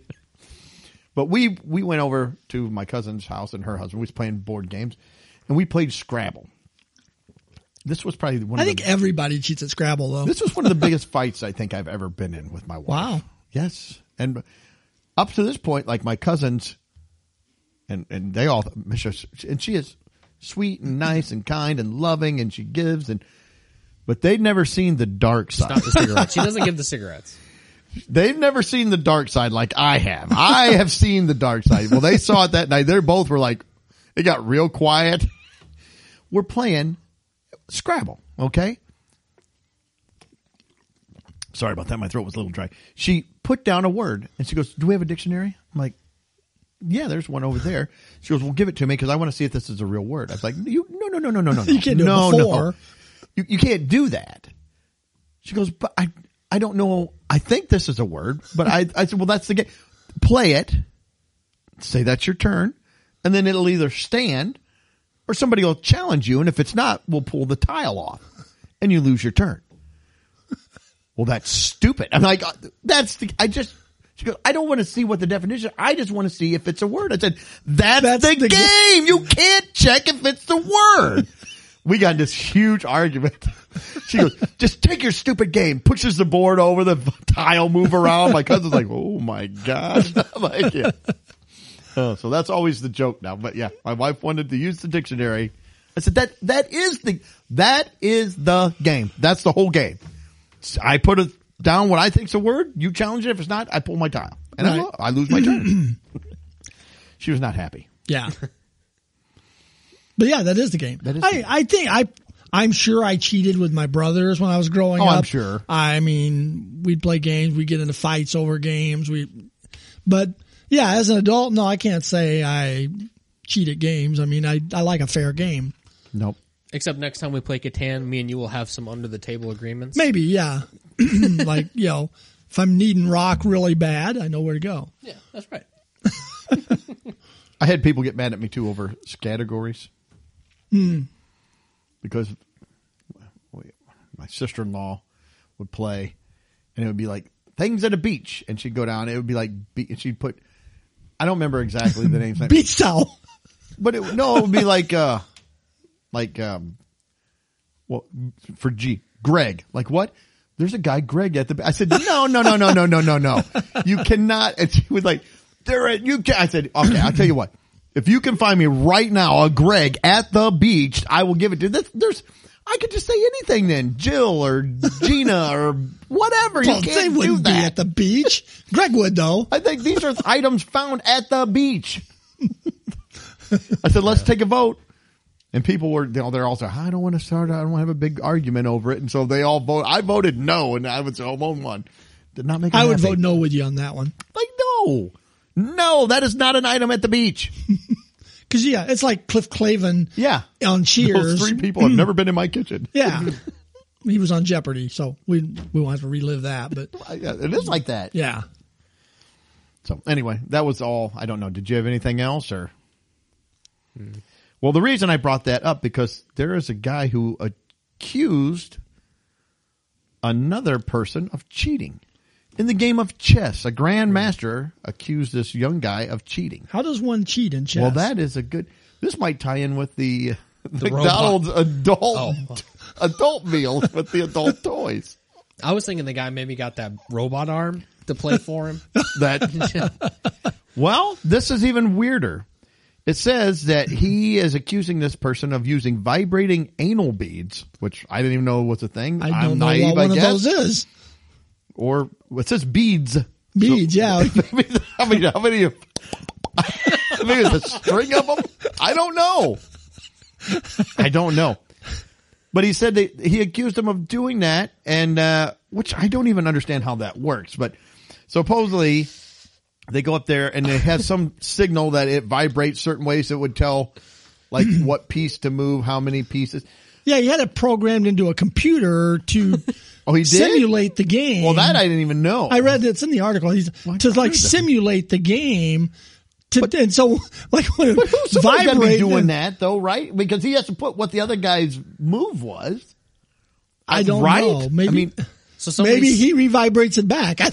But we we went over to my cousin's house and her husband. We was playing board games, and we played Scrabble. This was probably one.
I
of the-
think everybody cheats at Scrabble though.
this was one of the biggest fights I think I've ever been in with my wife.
Wow.
Yes. And up to this point, like my cousins and, and they all, and she is sweet and nice and kind and loving and she gives and, but they'd never seen the dark side.
not the cigarettes. She doesn't give the cigarettes.
They've never seen the dark side like I have. I have seen the dark side. Well, they saw it that night. They both were like, it got real quiet. We're playing Scrabble, okay? Sorry about that. My throat was a little dry. She put down a word and she goes, Do we have a dictionary? I'm like, Yeah, there's one over there. She goes, Well, give it to me because I want to see if this is a real word. I was like, You no no no no no no.
*laughs* You can't do it
no, no.
before.
You you can't do that. She goes, but I, I don't know. I think this is a word, but I, I said, well, that's the game. Play it. Say that's your turn. And then it'll either stand or somebody will challenge you. And if it's not, we'll pull the tile off and you lose your turn. Well, that's stupid. I'm like, uh, that's the, I just, she goes, I don't want to see what the definition, I just want to see if it's a word. I said, that's,
That's
the,
the ga-
game. You can't check if it's the word. we got in this huge argument. She goes, just take your stupid game, pushes the board over the tile, move around. My cousin's like, oh my gosh. *laughs* I'm like, yeah. Uh, so that's always the joke now. But yeah, my wife wanted to use the dictionary. I said that that is the that is the game. That's the whole game. S- I put it down what I think's a word. You challenge it. If it's not, I pull my tile and I,
Right.
lo- I lose my turn. she was not happy.
Yeah. but yeah, that is the game.
That is the
I,
game.
I think I I'm sure I cheated with my brothers when I was growing
Oh,
up.
I'm sure.
I mean, we'd play games, we'd get into fights over games, we but yeah, as an adult, no, I can't say I cheat at games. I mean I, I like a fair game.
Nope.
Except next time we play Catan, me and you will have some under the table agreements.
Maybe, yeah. *clears throat* like, you know, if I'm needing rock really bad, I know where to go.
Yeah, that's right.
I had people get mad at me too over s- categories. Because we- my sister in law would play and it would be like things at a beach and she'd go down. It would be like, be- and she'd put, I don't remember exactly the names,
Beach towel.
but it, no, it would be like, uh, like, um, well, for G, Greg, like what? There's a guy, Greg, at the. I said, no, no, no, no, no, no, no, no. You cannot. And she was like, there. Are, you can. I said, okay. I'll tell you what. If you can find me right now a Greg at the beach, I will give it to this. There's. I could just say anything then, Jill or Gina or whatever. You
Well, they
can't do
wouldn't be
that.
at the beach. Greg would though.
I think these are items found at the beach. I said, let's take a vote. And people were, you know, they're all saying, I don't want to start, I don't want to have a big argument over it. And so they all vote. I voted no, and I was the only one. Did not make them
I would
happy.
vote no with you on that one.
Like, no. No, that is not an item at the beach.
Because yeah, it's like Cliff Clavin *laughs*
Yeah.
on Cheers.
Those three people have never been in my kitchen.
Yeah, he was on Jeopardy, so we we won't have to relive that. But
Yeah, uh, It is like that.
yeah,
So anyway, that was all. I don't know. Did you have anything else or? Well, the reason I brought that up because there is a guy who accused another person of cheating in the game of chess. A grandmaster accused this young guy of cheating.
how does one cheat in chess?
Well, that is a good. This might tie in with the,
robot.
*laughs* McDonald's adult *laughs* adult meals with the adult toys.
I was thinking the guy maybe got that robot arm to play for
*laughs*
him.
That well, this is even weirder. It says that he is accusing this person of using vibrating anal beads, which I didn't even know was a thing.
I
I'm
don't know
naive,
what one
I
of
guess.
those is.
Or it says beads.
Beads,
*laughs*
yeah.
I mean, how many? How many? of- *laughs* Maybe it's a string of them. I don't know. I don't know. But he said that he accused him of doing that, and uh, which I don't even understand how that works. But supposedly, they go up there and it
*laughs*
has some signal that it vibrates certain ways that would tell, like what piece to move, how many pieces.
Yeah, he had it programmed into a computer to
*laughs* Oh, he did.
simulate the game.
well, that I didn't even know.
I read it's in the article. He's to
I
like
heard that.
simulate the game. To, and so, *laughs* like, *laughs*
Somebody's gotta be
vibrate.
doing
and-
that though, right? Because he has to put what the other guy's move was.
I don't
right?
know. Maybe
I mean,
So
*laughs*
somebody's,
maybe he revibrates it back. *laughs* I,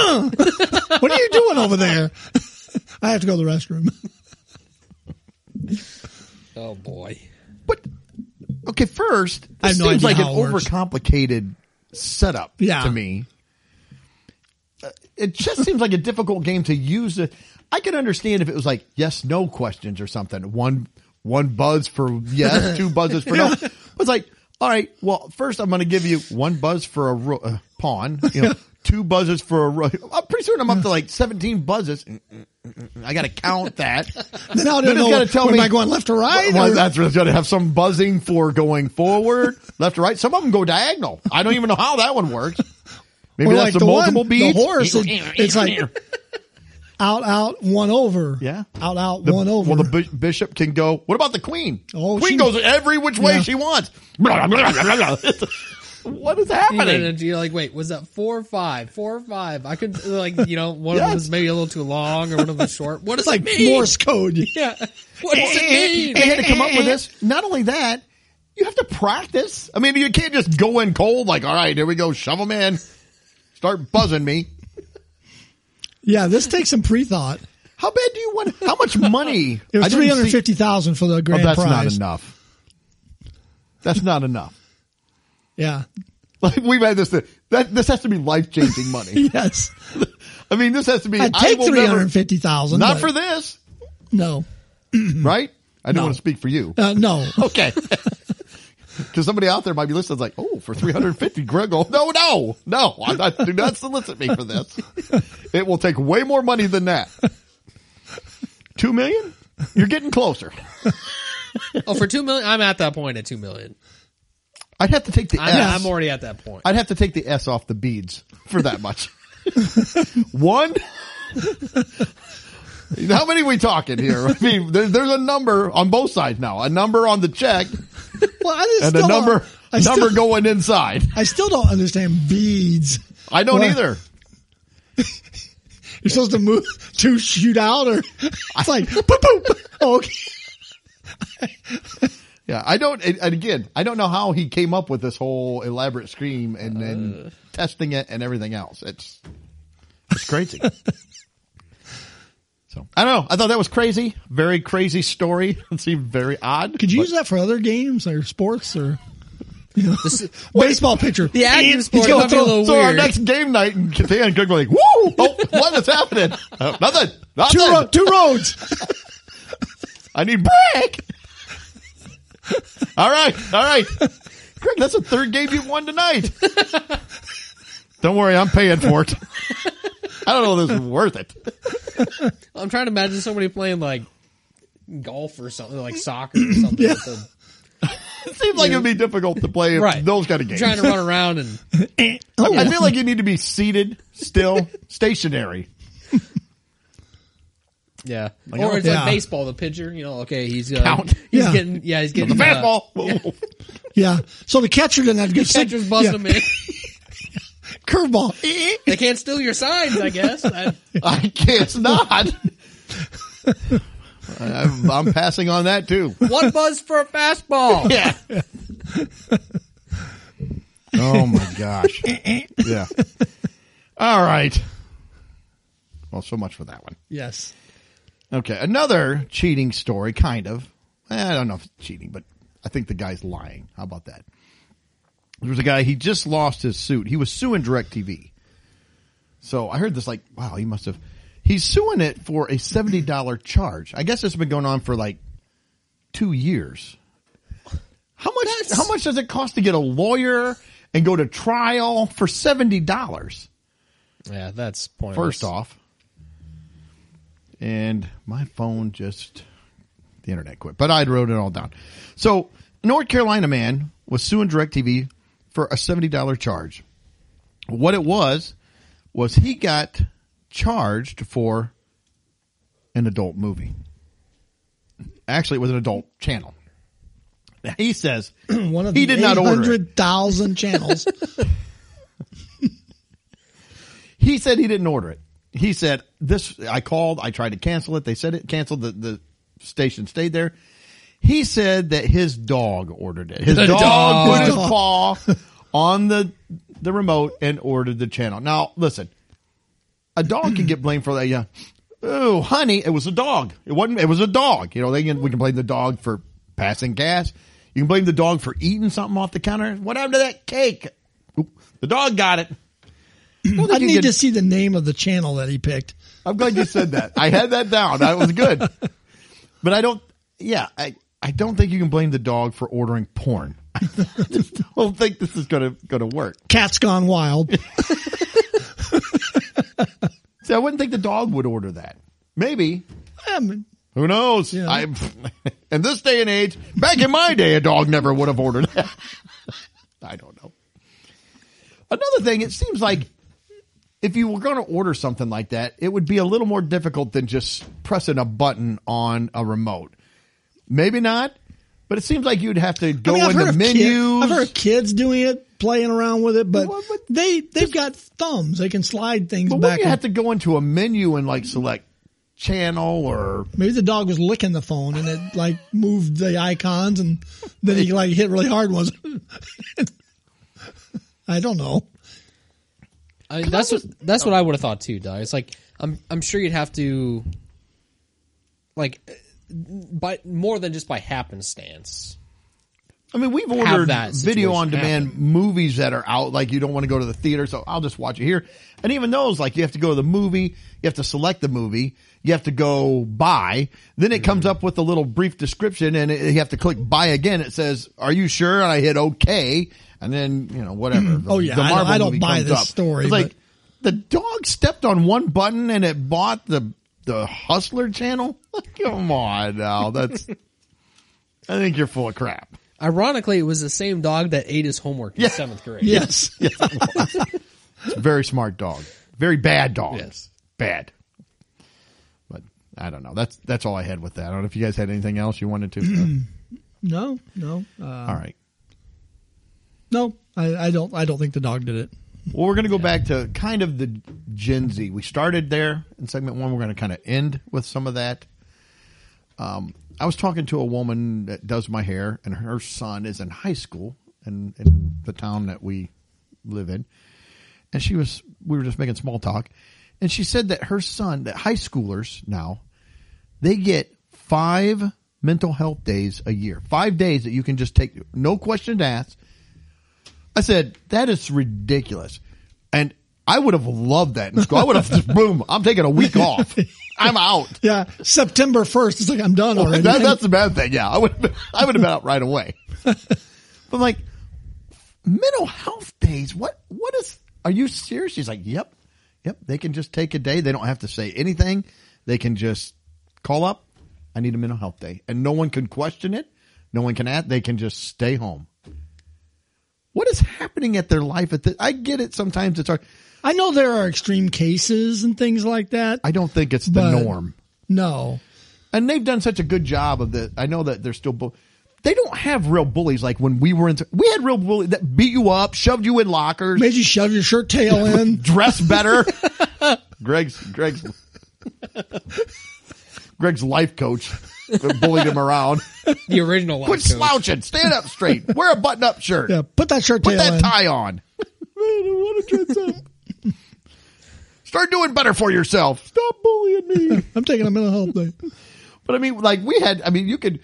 Uh, what are you doing over there? *laughs* I have to go to the restroom. *laughs*
Oh boy.
but okay, first this
I have no
seems
idea
like an
how it works.
overcomplicated setup
Yeah.
to me. Uh, It just seems like a difficult game to use. It. I could understand if it was like yes, no questions or something. One one buzz for
*laughs*
yes, two buzzes for no. It's like all right. Well, first I'm going to give you one buzz for a ro- uh, pawn. You
*laughs*
know, two buzzes for a rook. I'm pretty soon I'm up to like 17 buzzes. Mm, I got to count that.
*laughs* Then I
Then
don't
it's
know.
gotta tell
am
me-
I going left or right?
Well,
or-
that's really going to have some buzzing for going forward, *laughs* left to right. Some of them go diagonal. I don't even know how that one
*laughs*
works. Maybe
or
that's
like
the,
the
multiple
one,
beats.
The horse, it- it's
*laughs*
like out, out, one over.
Yeah.
Out, out,
The-
one over.
Well, the bi- bishop can go. What about the queen?
Oh,
queen
she-
goes every which way
Yeah.
she wants. *laughs* what is
And then
happening?
you're like, wait, was that four or five? Four or five? I could like, you know, one of
Yes.
them was maybe a little too long or one of them was short. What
it's
does
like
it mean?
Morse code. *laughs*
Yeah. What does
*laughs*
it
They
mean?
had to come up with this. Not only that, you have to practice. I mean, you can't just go in cold like, all right, here we go, shove them in, start buzzing me.
Yeah, this takes some pre-thought.
How bad do you want? How
*laughs*
much money?
It
I
was
didn't see-
three hundred fifty thousand for the
Oh,
grand
that's not
prize.
enough. That's not enough. *laughs*
Yeah.
Like we've had this. Thing. That this has to be life changing money.
*laughs* Yes.
I mean, this has to be.
I'd
I
take
will
three
never.
hundred fifty thousand.
Not for this,
no,
right? I don't
No.
want to speak for you.
uh, no.
*laughs* Okay. Because somebody out there might be listening, like, oh, for 350, Greg, oh, no, no, no, I'm not, do not solicit me for this. It will take way more money than
*laughs*
that. Two million? You're getting closer.
Oh, for two million? I'm at that point at two million.
I'd have to take the
I'm,
S.
I'm already at that point.
I'd have to take the S off the beads for that much. *laughs* One. How many we talking here? I mean, there, there's a number on both sides now. A number on the check
Well, I just
and
still
a number
Don't, I still-
number going inside.
I still don't understand beads.
I don't
Well,
either.
You're supposed to move *laughs* to shoot out, or *laughs* it's like boop boop. Oh, okay.
Yeah, I don't. And and again, I don't know how he came up with this whole elaborate scheme and
Uh.
then testing it and everything else. It's it's
*laughs*
crazy. so I don't know. I thought that was crazy. Very crazy story. *laughs* It seemed very odd.
Could you
but-
use that for other games or sports or
This is-
baseball pitcher?
the active
He's
sport
gonna
might be a
throw-
little
so our
weird.
next game night in Catan, and Greg will be like, "Woo! Oh, what is happening? *laughs* Oh, nothing. Nothing.
*laughs* Two, ro- two roads.
I need break." *laughs* all right, all right, Greg. That's the third game you've won tonight. *laughs* Don't worry, I'm paying for it. I don't know if this is worth it.
I'm trying to imagine somebody playing like golf or something, like
*laughs*
soccer or something. with the-
It seems like it'd be difficult to play
right.
those kind of games.
Trying to run around and
Oh,
I feel like you need to be seated, still, stationary.
Yeah,
Like,
or
oh,
it's
yeah.
like baseball. The pitcher, you know, okay, he's uh,
Count.
He's
Yeah.
getting, yeah, he's getting
The
uh,
fastball.
*laughs*
Whoa.
Yeah. So the catcher didn't have to get
Catcher's buzzing him in.
Curveball. Eh,
They can't steal your signs, I
*laughs*
guess. I,
I guess not. *laughs* I- I'm, I'm passing on that too.
one buzz for a fastball.
Yeah. oh my *laughs* gosh. yeah. All right. Well, so much for that one.
Yes.
Okay, another cheating story, kind of. Eh, I don't know if it's cheating, but I think the guy's lying. How about that? There was a guy, he just lost his suit. He was suing DirecTV. So I heard this like, wow, he must have. He's suing it for a $70 charge. I guess it's been going on for like two years. How much,
That's-
how much does it cost to get a lawyer and go to trial for $70?
Yeah, that's pointless.
first off. And my phone just, the internet quit, but I wrote it all down. So, North Carolina man was suing DirecTV for a $70 charge. What it was, was he got charged for an adult movie. Actually, it was an adult channel. He says
*clears throat* One of
he
the
did not order it. *laughs*
800,000 channels.
He said he didn't order it. He said this. I called. I tried to cancel it. They said it canceled. The the station stayed there. He said that his dog ordered it. His
The
dog,
dog.
put his
Dog.
paw on the the remote and ordered the channel. Now listen, a dog can get blamed for that. Yeah. Oh, honey, it was a dog. It wasn't. It was a dog. You know, they can, we can blame the dog for passing gas. You can blame the dog for eating something off the counter. What happened to that cake? Oop, the dog got it.
I
you
need
could-
to see the name of the channel that he picked.
I'm glad you said that. I had that down. That was good. But I don't. Yeah, I I don't think you can blame the dog for ordering porn. *laughs* I just don't think this is gonna gonna work.
Cat's
*laughs*
Gone Wild.
See, I wouldn't think the dog would order that. Maybe
I mean,
who knows?
Yeah.
I *laughs* in this day and age, back in my day, a dog never would have ordered that. *laughs* I don't know. Another thing, it seems like if you were going to order something like that, it would be a little more difficult than just pressing a button on a remote. Maybe not, but it seems like you'd have to
I
go
mean, I've
in
heard
the
of kid-
menus.
I've heard of kids doing it, playing around with it, but
What would-
they they've got thumbs. They can slide things
but
back.
wouldn't you
and-
have to go into a menu and like select channel or
Maybe the dog was licking the phone and it like moved the icons and then he like hit really hard ones. *laughs* I don't know.
I mean, that's what that's what I would have thought too, Doug. It's like I'm I'm sure you'd have to like by more than just by happenstance.
I mean, we've ordered
that
video
situation
on demand movies that are out. Like you don't want to go to the theater, so I'll just watch it here. And even those, like you have to go to the movie, you have to select the movie, you have to go buy. Then it comes
Mm-hmm.
up with a little brief description, and it, you have to click buy again. It says, "Are you sure?" And I hit OK, and then you know whatever.
*clears throat* Oh, yeah,
the
I don't-
Marvel
I don't
movie
buy
comes
this
up.
story,
It's like
but-
the dog stepped on one button and it bought the the Hustler channel. *laughs* Come on, now
*laughs*
that's. I think you're full of crap.
Ironically, it was the same dog that ate his homework in seventh
*laughs*
grade.
Yes.
Very smart dog. Very bad dog.
Yes.
Bad. But I don't know. That's that's all I had with that. I don't know if you guys had anything else you wanted to.
No, no, *clears throat* uh,
all right.
no. I, I don't. I don't think the dog did it.
Well, we're going to go back to kind of the Gen Z. We started there in segment one. We're going to kind of end with some of that. Um, I was talking to a woman that does my hair, and her son is in high school in, in the town that we live in. And she was, we were just making small talk. And she said that her son, that high schoolers now, they get five mental health days a year, five days that you can just take, no questions asked. I said, that is ridiculous. And I would have loved that in school. I would have just, *laughs* boom, I'm taking a week off. I'm out.
Yeah, September first. It's like I'm done already.
That, that's the bad thing. Yeah, I would have been, I would have been out right away. But like mental health days, what what is? Are you serious? She's like, yep, yep. They can just take a day. They don't have to say anything. They can just call up. I need a mental health day, and no one can question it. No one can ask. They can just stay home. What is happening at their life? At the, I get it. Sometimes it's hard.
I know there are extreme cases and things like that.
I don't think it's the
But-
norm.
No.
and they've done such a good job of the. I know that they're still, bu- they don't have real bullies like when we were into. We had real bullies that beat you up, shoved you in lockers,
Made you shove your shirt tail
*laughs*
in.
dress better. Greg's Greg's Greg's life coach bullied him *laughs* around.
The original
Quit
life coach.
slouching, stand up straight, wear a button up shirt,
Yeah, put that shirt
put
tail
that
in.
tie *laughs* on. Start doing better for yourself. Stop bullying me.
I'm taking a
*laughs*
mental health day.
But I mean, like we had, I mean, you could,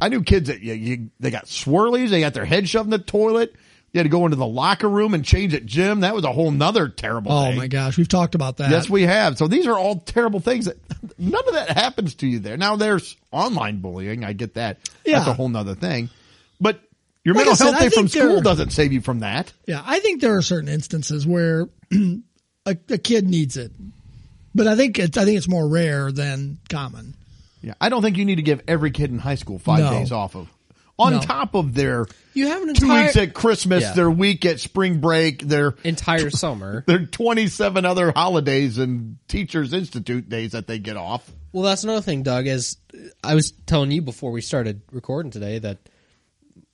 I knew kids that you, you they got swirlies, they got their head shoved in the toilet. You had to go into the locker room and change at gym. That was a whole nother terrible
Oh
thing.
my gosh, we've talked about that.
Yes, we have. So these are all terrible things that *laughs* none of that happens to you there. Now there's online bullying. I get that. That's
Yeah.
a whole nother thing. But your
Like I
mental
said,
health
I
day from
think they're-
school doesn't save you from that.
Yeah, I think there are certain instances where *clears throat* a, a kid needs it, but I think it's I think it's more rare than common.
Yeah. I don't think you need to give every kid in high school five
No.
days off of. On
No.
top of their
You have an
two
entire
weeks at Christmas,
Yeah.
their week at spring break, their
entire summer.
their twenty seven other holidays and teachers institute days that they get off.
Well, that's another thing, Doug. As I was telling you before we started recording today, that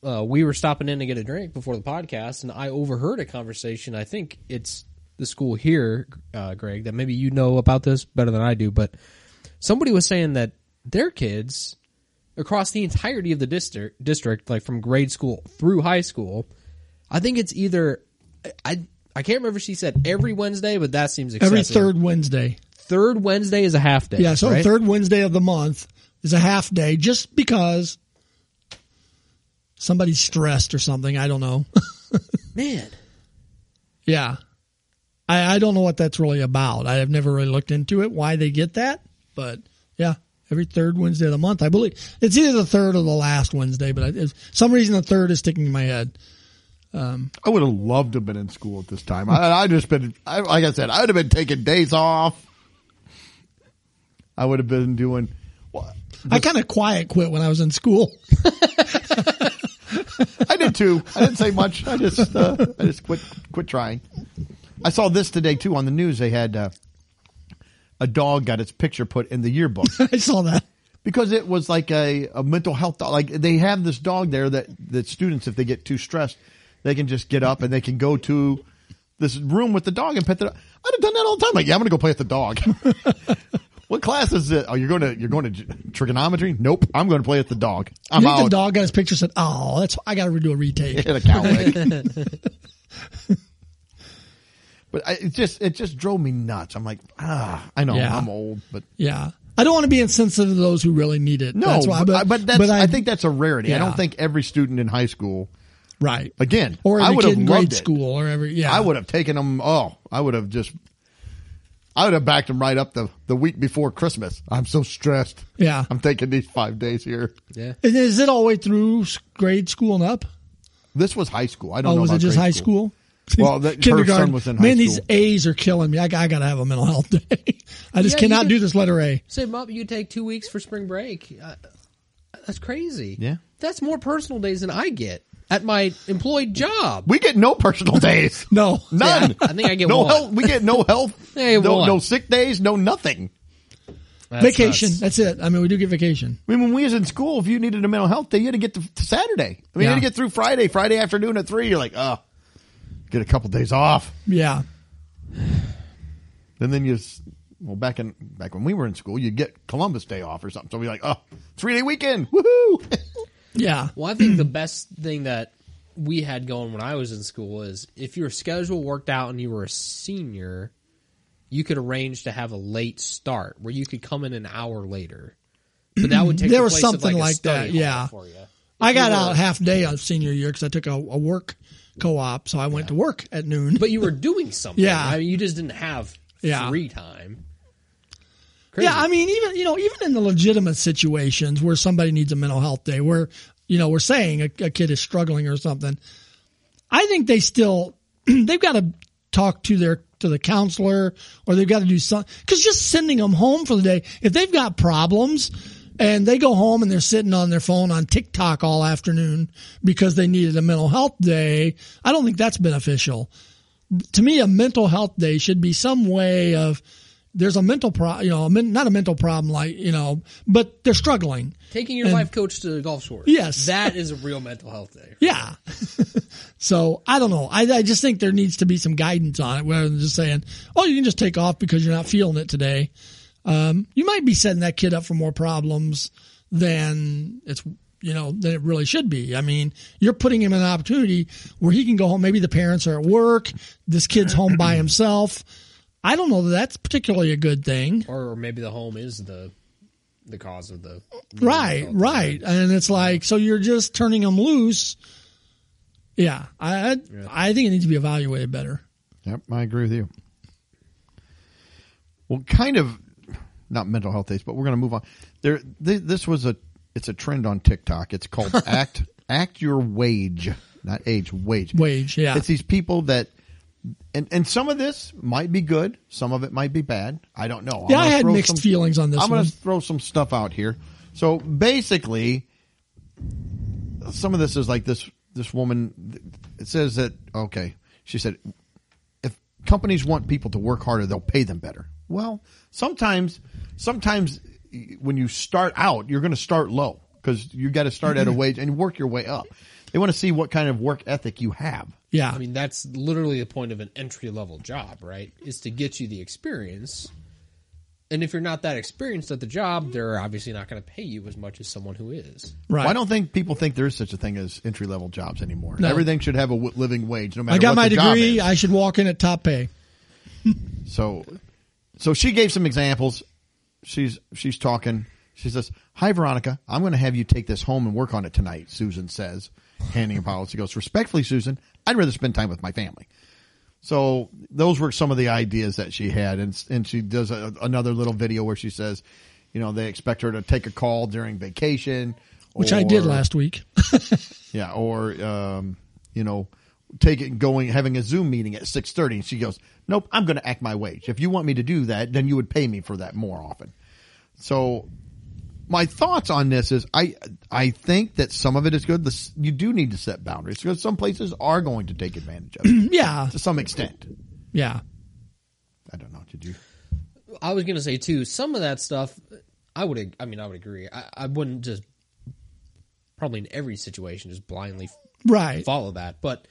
uh, we were stopping in to get a drink before the podcast, and I overheard a conversation. I think it's the school here, uh, Greg, that maybe you know about this better than I do, but somebody was saying that their kids across the entirety of the district, district, like from grade school through high school, I think it's either I. I I can't remember if she said every Wednesday, but that seems excessive.
Every third Wednesday.
third Wednesday is a half day.
Yeah, so
right?
third Wednesday of the month is a half day just because somebody's stressed or something. I don't know.
man.
yeah. I, I don't know what that's really about. I have never really looked into it, why they get that, but yeah. Every third Wednesday of the month, I believe it's either the third or the last Wednesday, but I, it's- some reason the third is sticking in my head.
I would have loved to have been in school at this time. I, I just been, I, like I said, I would have been taking days off. I would have been doing. Well,
I kind of quiet quit when I was in school. *laughs*
I did too. I didn't say much. I just, uh, I just quit, quit trying. I saw this today too on the news. They had uh, a dog got its picture put in the yearbook.
I saw that.
because it was like a, a mental health dog. Like they have this dog there that, that students, if they get too stressed, they can just get up and they can go to this room with the dog and pet the dog. I'd have done that all the time. Like, yeah, I'm going to go play with the dog. *laughs* what class is it? Oh, you're going to, you're going to j- trigonometry? Nope. I'm going to play with the dog.
I
I'm
think the
out.
dog got his picture said, Oh, that's, I got to redo a
*laughs*
retake.
Hit a cow
*laughs*
leg. but I, it just, it just drove me nuts. I'm like, ah, I know
Yeah.
I'm old, but
Yeah. I don't want to be insensitive to those who really need it.
no,
that's why,
but, but that's, I, think that's a rarity. I
Yeah.
don't think every student in high school
right.
Again,
or
I
every
would
kid
have
in
loved
grade
it.
school or every, yeah.
I would have taken them. Oh, I would have just, I would have backed them right up the the week before Christmas. I'm so stressed.
Yeah.
I'm taking these five days here.
Yeah.
And is it all the way through s- grade school and up?
This was high school. I don't
Oh,
know.
was it
about
just
grade
high school?
*laughs* Well,
*laughs*
that- her son was in high
Man, these
school.
A's are killing me. I, got to have a mental health day. *laughs* I just
Yeah, you
cannot
could-
do this letter A.
Say, Mom, you take two weeks for spring break. Uh, that's crazy.
Yeah.
That's more personal days than I get at my employed job.
We get no personal days.
*laughs* No.
None.
Yeah, I think I get
no
one.
health. We get no health.
*laughs* I get
no,
one.
no sick days. No nothing.
That's
vacation.
nuts.
That's it. I mean, we do get vacation.
I mean, when we was in school, if you needed a mental health day, you had to get to, to Saturday. I mean, you had to
Yeah.
get through Friday. Friday afternoon at three, you're like, oh, get a couple days off.
Yeah.
And then you, s- well, back in back when we were in school, you'd get Columbus Day off or something. So we'd be like, oh, three day weekend, woohoo! *laughs*
Yeah.
Well, I think the best thing that we had going when I was in school is if your schedule worked out and you were a senior, you could arrange to have a late start where you could come in an hour later.
*clears throat*
But that would take
There
the
was
place
something
of like, a
like
study
that,
hall
yeah.
For you.
I got
were-
out half day on senior year because I took a, a work co-op. So I went to work at noon.
But you were doing something.
Yeah.
I mean, you just didn't have
Yeah.
free time.
Yeah, I mean, even you know, even in the legitimate situations where somebody needs a mental health day, where you know we're saying a, a kid is struggling or something, I think they still *clears throat* they've got to talk to their to the counselor or they've got to do something because just sending them home for the day if they've got problems and they go home and they're sitting on their phone on TikTok all afternoon because they needed a mental health day. I don't think that's beneficial to me, a mental health day should be some way of there's a mental problem, you know, a men- not a mental problem, like you know, but they're struggling.
Taking your
And-
life coach to the golf shore.
Yes. *laughs*
That is a real mental health day.
Yeah. *laughs* so I don't know. I, I just think there needs to be some guidance on it rather than just saying, oh, you can just take off because you're not feeling it today. Um, you might be setting that kid up for more problems than it's, you know, than it really should be. I mean, you're putting him in an opportunity where he can go home. Maybe the parents are at work. This kid's home by himself. I don't know that that's particularly a good thing.
Or maybe the home is the the cause of the
Mm-hmm.
Right, right. And it's like, so you're just turning them loose. Yeah, I I, I think it needs to be evaluated better.
Yep, I agree with you. Well, kind of not mental health days, but we're going to move on. There, th- this was a it's a trend on TikTok. It's called act act your wage, not age, wage.
Wage, yeah.
It's e- these people that, and and some of this might be good, some of it might be bad. I don't know. I'm
Yeah, I
gonna
had
throw
mixed feelings on this
I'm going
one.
to throw some stuff out here. So basically, some of this is like this. This woman, it says that okay. She said, if companies want people to work harder, they'll pay them better. Well, sometimes, sometimes when you start out, you're going to start low because you got to start
*laughs*
at a wage and work your way up. They want to see what kind of work ethic you have.
Yeah,
I mean, that's literally the point of an entry level job, right? Is to get you the experience. And if you're not that experienced at the job, they're obviously not going to pay you as much as someone who is.
right.
Well, I don't think people think there is such a thing as entry level jobs anymore.
No.
Everything should have a w- living wage, no matter.
I got
what
my
the job
degree.
is.
I should walk in at top pay.
So, so she gave some examples. She's she's talking. She says, "Hi, Veronica. I'm going to have you take this home and work on it tonight." Susan says, handing him files. She goes, "Respectfully, Susan, I'd rather spend time with my family." So those were some of the ideas that she had, and and she does a, another little video where she says, you know, they expect her to take a call during vacation,
Which I did
or-
last week. *laughs*
yeah, or um, you know, taking going having a Zoom meeting at six thirty, and she goes, "Nope, I'm going to act my wage. If you want me to do that, then you would pay me for that more often." So, my thoughts on this is, I I think that some of it is good. This, you do need to set boundaries because some places are going to take advantage of it
yeah,
to some extent.
yeah,
I don't know what to do.
I was going to say too, some of that stuff, I would, I mean, I would agree. I, I wouldn't just probably in every situation just blindly
right.
follow that. But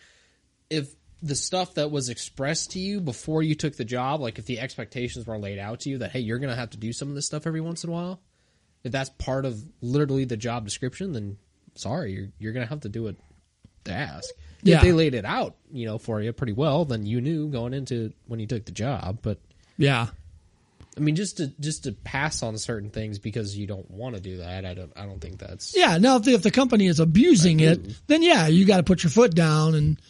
if the stuff that was expressed to you before you took the job, like if the expectations were laid out to you that hey, you're going to have to do some of this stuff every once in a while, if that's part of literally the job description, then sorry, you're you're going to have to do it. To ask.
Yeah.
If they laid it out, you know, for you pretty well, then you knew going into when you took the job. But
Yeah,
I mean, just to just to pass on certain things because you don't want to do that. I don't. I don't think that's.
yeah. Now, if the, if the company is abusing it, then yeah, you got to put your foot down and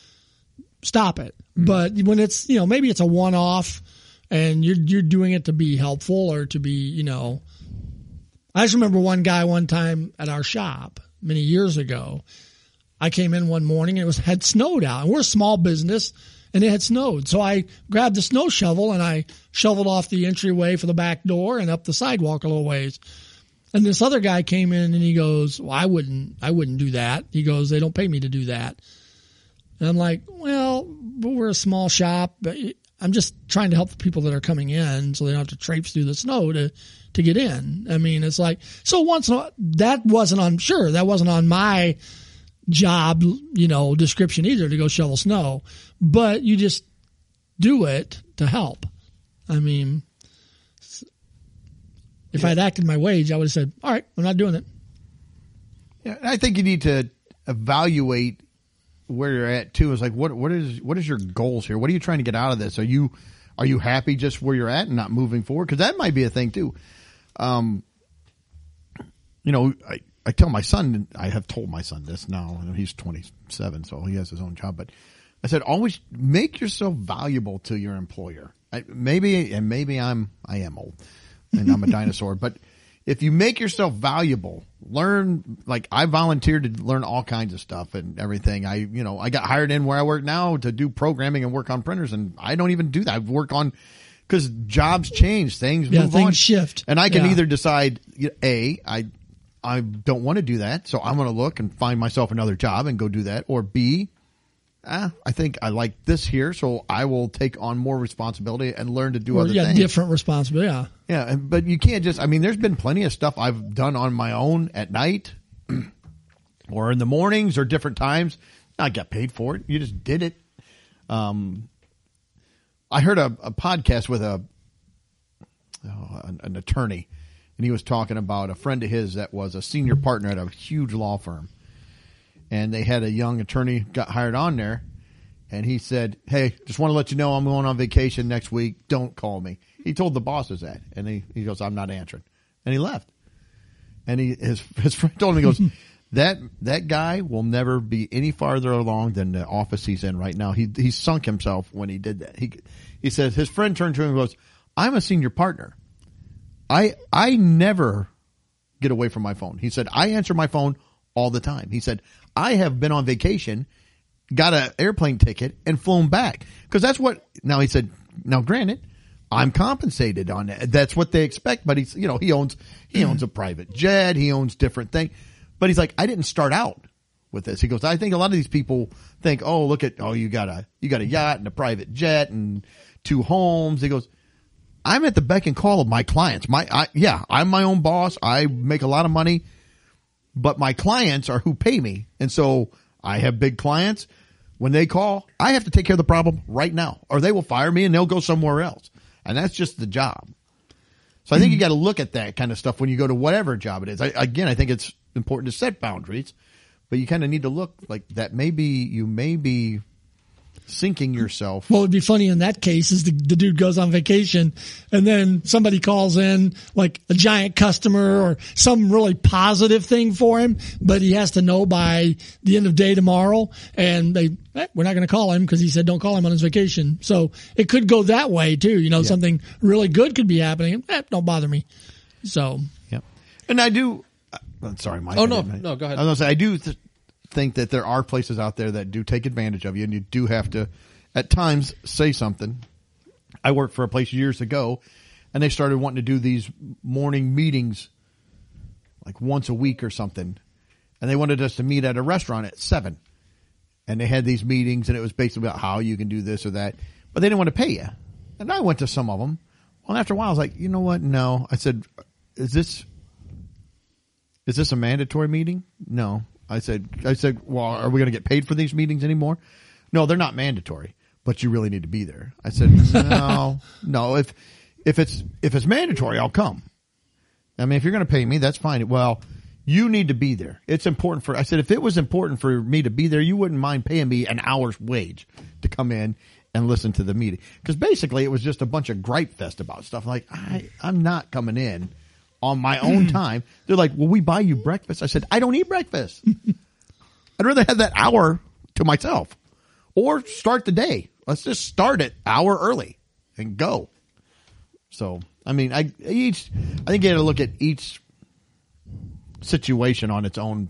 stop it. But when it's you know maybe it's a one off, and you're you're doing it to be helpful or to be you know I just remember one guy one time at our shop many years ago. I came in one morning and it was had snowed out. And we're a small business and it had snowed. So I grabbed the snow shovel and I shoveled off the entryway for the back door and up the sidewalk a little ways. And this other guy came in and he goes, Well, I wouldn't I wouldn't do that. He goes, They don't pay me to do that. And I'm like, Well, but we're a small shop, but I'm just trying to help the people that are coming in so they don't have to traipse through the snow to to get in. I mean, it's like so once in a, that wasn't on sure, that wasn't on my job, you know, description either to go shovel snow, but you just do it to help. I mean, s- if I'd acted my wage, I would have said, "All right, I'm not doing it."
Yeah, and I think you need to evaluate where you're at too. It's like what what is what is your goals here? What are you trying to get out of this? Are you are you happy just where you're at and not moving forward? Because that might be a thing too. Um, you know, I I tell my son, I have told my son this now. and He's 27, so he has his own job. But I said, always make yourself valuable to your employer. I, maybe and maybe I'm I am old and
*laughs*
I'm a dinosaur, but if you make yourself valuable, learn like I volunteered to learn all kinds of stuff and everything. I, you know, I got hired in where I work now to do programming and work on printers and I don't even do that. I've worked on cuz jobs change, things
Yeah,
move
things
on.
shift.
And I can
Yeah.
either decide you know, A, I I don't want to do that, so I'm going to look and find myself another job and go do that or B, ah, I think I like this here, so I will take on more responsibility and learn to do
Or,
other
yeah,
things.
different responsibility. Yeah.
Yeah, and- but you can't just. I mean, there's been plenty of stuff I've done on my own at night, *clears throat* or in the mornings, or different times. I got paid for it. You just did it. Um, I heard a, a podcast with a oh, an, an attorney, and he was talking about a friend of his that was a senior partner at a huge law firm, and they had a young attorney got hired on there, and he said, "Hey, just want to let you know I'm going on vacation next week. Don't call me." He told the bosses that, and he, he goes, "I'm not answering," and he left. And he his *laughs* his friend told him, "He goes." That that guy will never be any farther along than the office he's in right now. He he sunk himself when he did that. He he says his friend turned to him and goes, "I'm a senior partner. I I never get away from my phone. He said I answer my phone all the time. He said I have been on vacation, got an airplane ticket, and flown back because that's what. Now he said, now granted, I'm compensated on that. That's what they expect. But he's you know he owns he owns a private jet. He owns different thing. But he's like I didn't start out with this. He goes I think a lot of these people think oh look at oh you got a you got a yacht and a private jet and two homes. He goes I'm at the beck and call of my clients. My, I, yeah, I'm my own boss. I make a lot of money, but my clients are who pay me. And so I have big clients. When they call, I have to take care of the problem right now or they will fire me and they'll go somewhere else. And that's just the job. So I think you got to look at that kind of stuff when you go to whatever job it is. I, again, I think it's important to set boundaries, but you kind of need to look like that. Maybe you may be sinking yourself.
What would be funny in that case is the, the dude goes on vacation and then somebody calls in like a giant customer or some really positive thing for him, but he has to know by the end of day tomorrow and they, eh, we're not going to call him because he said don't call him on his vacation. So it could go that way too. You know, something really good could be happening. Eh, don't bother me. So
Yep. And I do. uh, I'm sorry, Mike.
Oh,
I
no,
didn't-
no, go ahead.
I was gonna say I do th- think that there are places out there that do take advantage of you, and you do have to, at times, say something. I worked for a place years ago, and they started wanting to do these morning meetings, like once a week or something, and they wanted us to meet at a restaurant at seven, and they had these meetings, and it was basically about how you can do this or that, but they didn't want to pay you. And I went to some of them. Well, after a while, I was like, you know what? No, I said, is this is this a mandatory meeting? No. I said, I said, well, are we going to get paid for these meetings anymore? No, they're not mandatory, but you really need to be there. I said, *laughs* no, no, if, if it's, if it's mandatory, I'll come. I mean, if you're going to pay me, that's fine. Well, you need to be there. It's important for, I said, if it was important for me to be there, you wouldn't mind paying me an hour's wage to come in and listen to the meeting. Cause basically it was just a bunch of gripe fest about stuff. Like I, I'm not coming in on my own time. They're like, will we buy you breakfast? I said, I don't eat breakfast. I'd rather have that hour to myself or start the day. Let's just start it hour early and go. So, I mean, I each I think you got to look at each situation on its own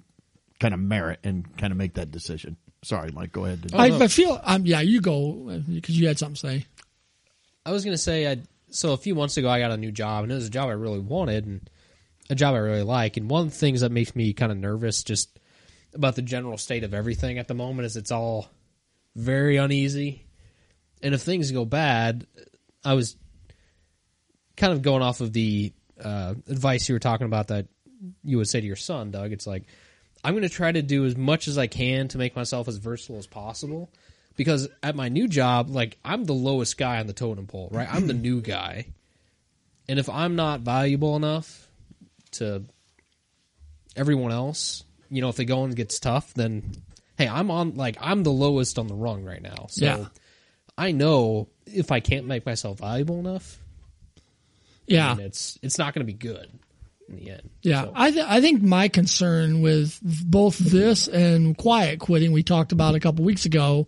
kind of merit and kind of make that decision. Sorry, Mike, go ahead.
I, I feel, um, yeah, you go because you had something to say.
I was gonna say, I so a few months ago I got a new job, and it was a job I really wanted and a job I really like. And one of the things that makes me kind of nervous just about the general state of everything at the moment is it's all very uneasy. And if things go bad, I was kind of going off of the uh, advice you were talking about that you would say to your son, Doug. It's like I'm going to try to do as much as I can to make myself as versatile as possible because at my new job, like I'm the lowest guy on the totem pole, right? I'm the new guy, and if I'm not valuable enough to everyone else, you know, if the going gets tough, then hey, I'm on like I'm the lowest on the rung right now, so.
Yeah.
I know if I can't make myself valuable enough,
Yeah.
and it's it's not going to be good in the end.
Yeah,
So,
I th- I think my concern with both this and quiet quitting we talked about a couple weeks ago,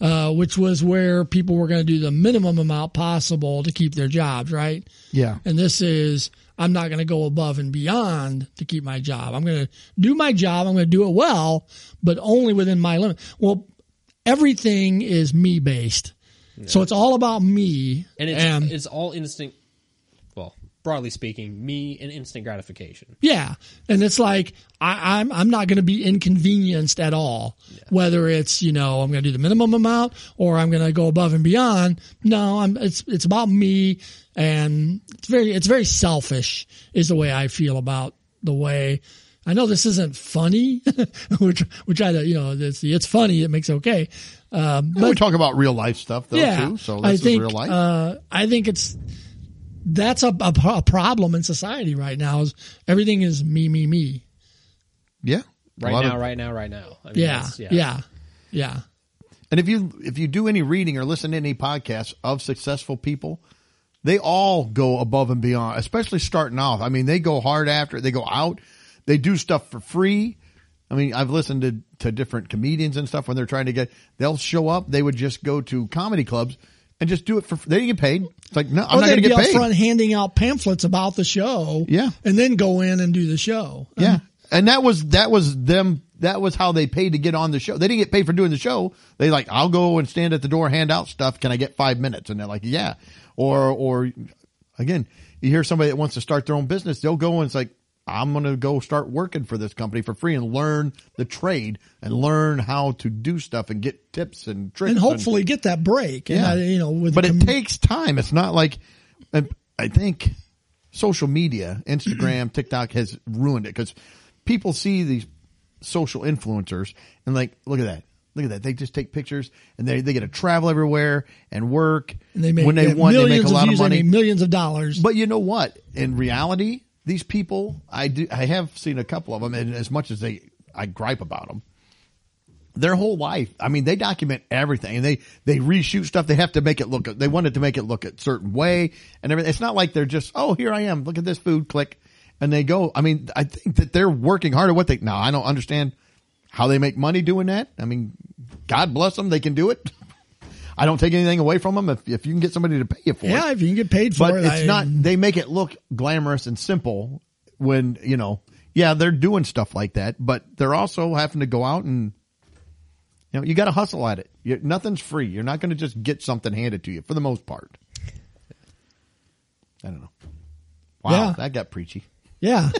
uh, which was where people were going to do the minimum amount possible to keep their jobs, right?
yeah.
And this is I'm not going to go above and beyond to keep my job. I'm going to do my job. I'm going to do it well, but only within my limit. Well, everything is me based, so it's all about me.
and it's
and
it's all instinct. Well, broadly speaking, me and instant gratification.
Yeah, and it's like I, I'm I'm not going to be inconvenienced at all. Whether it's you know I'm going to do the minimum amount or I'm going to go above and beyond. No, I'm it's it's about me, and it's very it's very selfish is the way I feel about the way. I know this isn't funny, *laughs* which which I you know it's it's funny it makes it okay, um,
we
but
talk about real life stuff though
yeah,
too. So this
I think
is real life.
uh, I think it's that's a, a pro- a problem in society right now is everything is me me me
yeah. A
Right
lot
now,
of-
right now, right now. I mean,
Yeah,
that's-
yeah, yeah,
Oh,
yeah.
And if you if you do any reading or listen to any podcasts of successful people, they all go above and beyond, especially starting off. I mean, they go hard after it. They go out. They do stuff for free. I mean, I've listened to, to different comedians and stuff when they're trying to get, they'll show up. They would just go to comedy clubs and just do it for, they didn't get paid. It's like, no, I'm
Or
not
they'd
going to
be
get
up
paid.
front handing out pamphlets about the show,
Yeah.
and then go in and do the show.
Yeah. And that was, that was them. That was how they paid to get on the show. They didn't get paid for doing the show. They like, I'll go and stand at the door, hand out stuff. Can I get five minutes? And they're like, yeah. Or, or again, you hear somebody that wants to start their own business. They'll go and it's like, I'm going to go start working for this company for free and learn the trade and learn how to do stuff and get tips and tricks.
and hopefully get that break. And
Yeah.
I, you know, with
but
the
it
com-
takes time. It's not like, and I think social media, Instagram, *clears throat* TikTok has ruined it because people see these social influencers and like, look at that. Look at that. They just take pictures and they, they get to travel everywhere and work.
and they make
when they
get
want, they
millions
make a lot of
views, they
money.
make millions of dollars.
But you know what? In reality, these people, I do, I have seen a couple of them, and as much as they, I gripe about them. Their whole life, I mean, they document everything, and they they reshoot stuff. They have to make it look. They wanted to make it look a certain way, and everything. It's not like they're just, oh, here I am. Look at this food. Click, and they go. I mean, I think that they're working hard at what they. Now, I don't understand how they make money doing that. I mean, God bless them. They can do it. *laughs* I don't take anything away from them. If if you can get somebody to pay you for it,
yeah, if you can get paid for
but
it,
it's
I-
not they make it look glamorous and simple when you know yeah they're doing stuff like that but they're also having to go out and you know you got to hustle at it you nothing's free you're not going to just get something handed to you for the most part i don't know wow
Yeah.
that got preachy *laughs*
Yeah.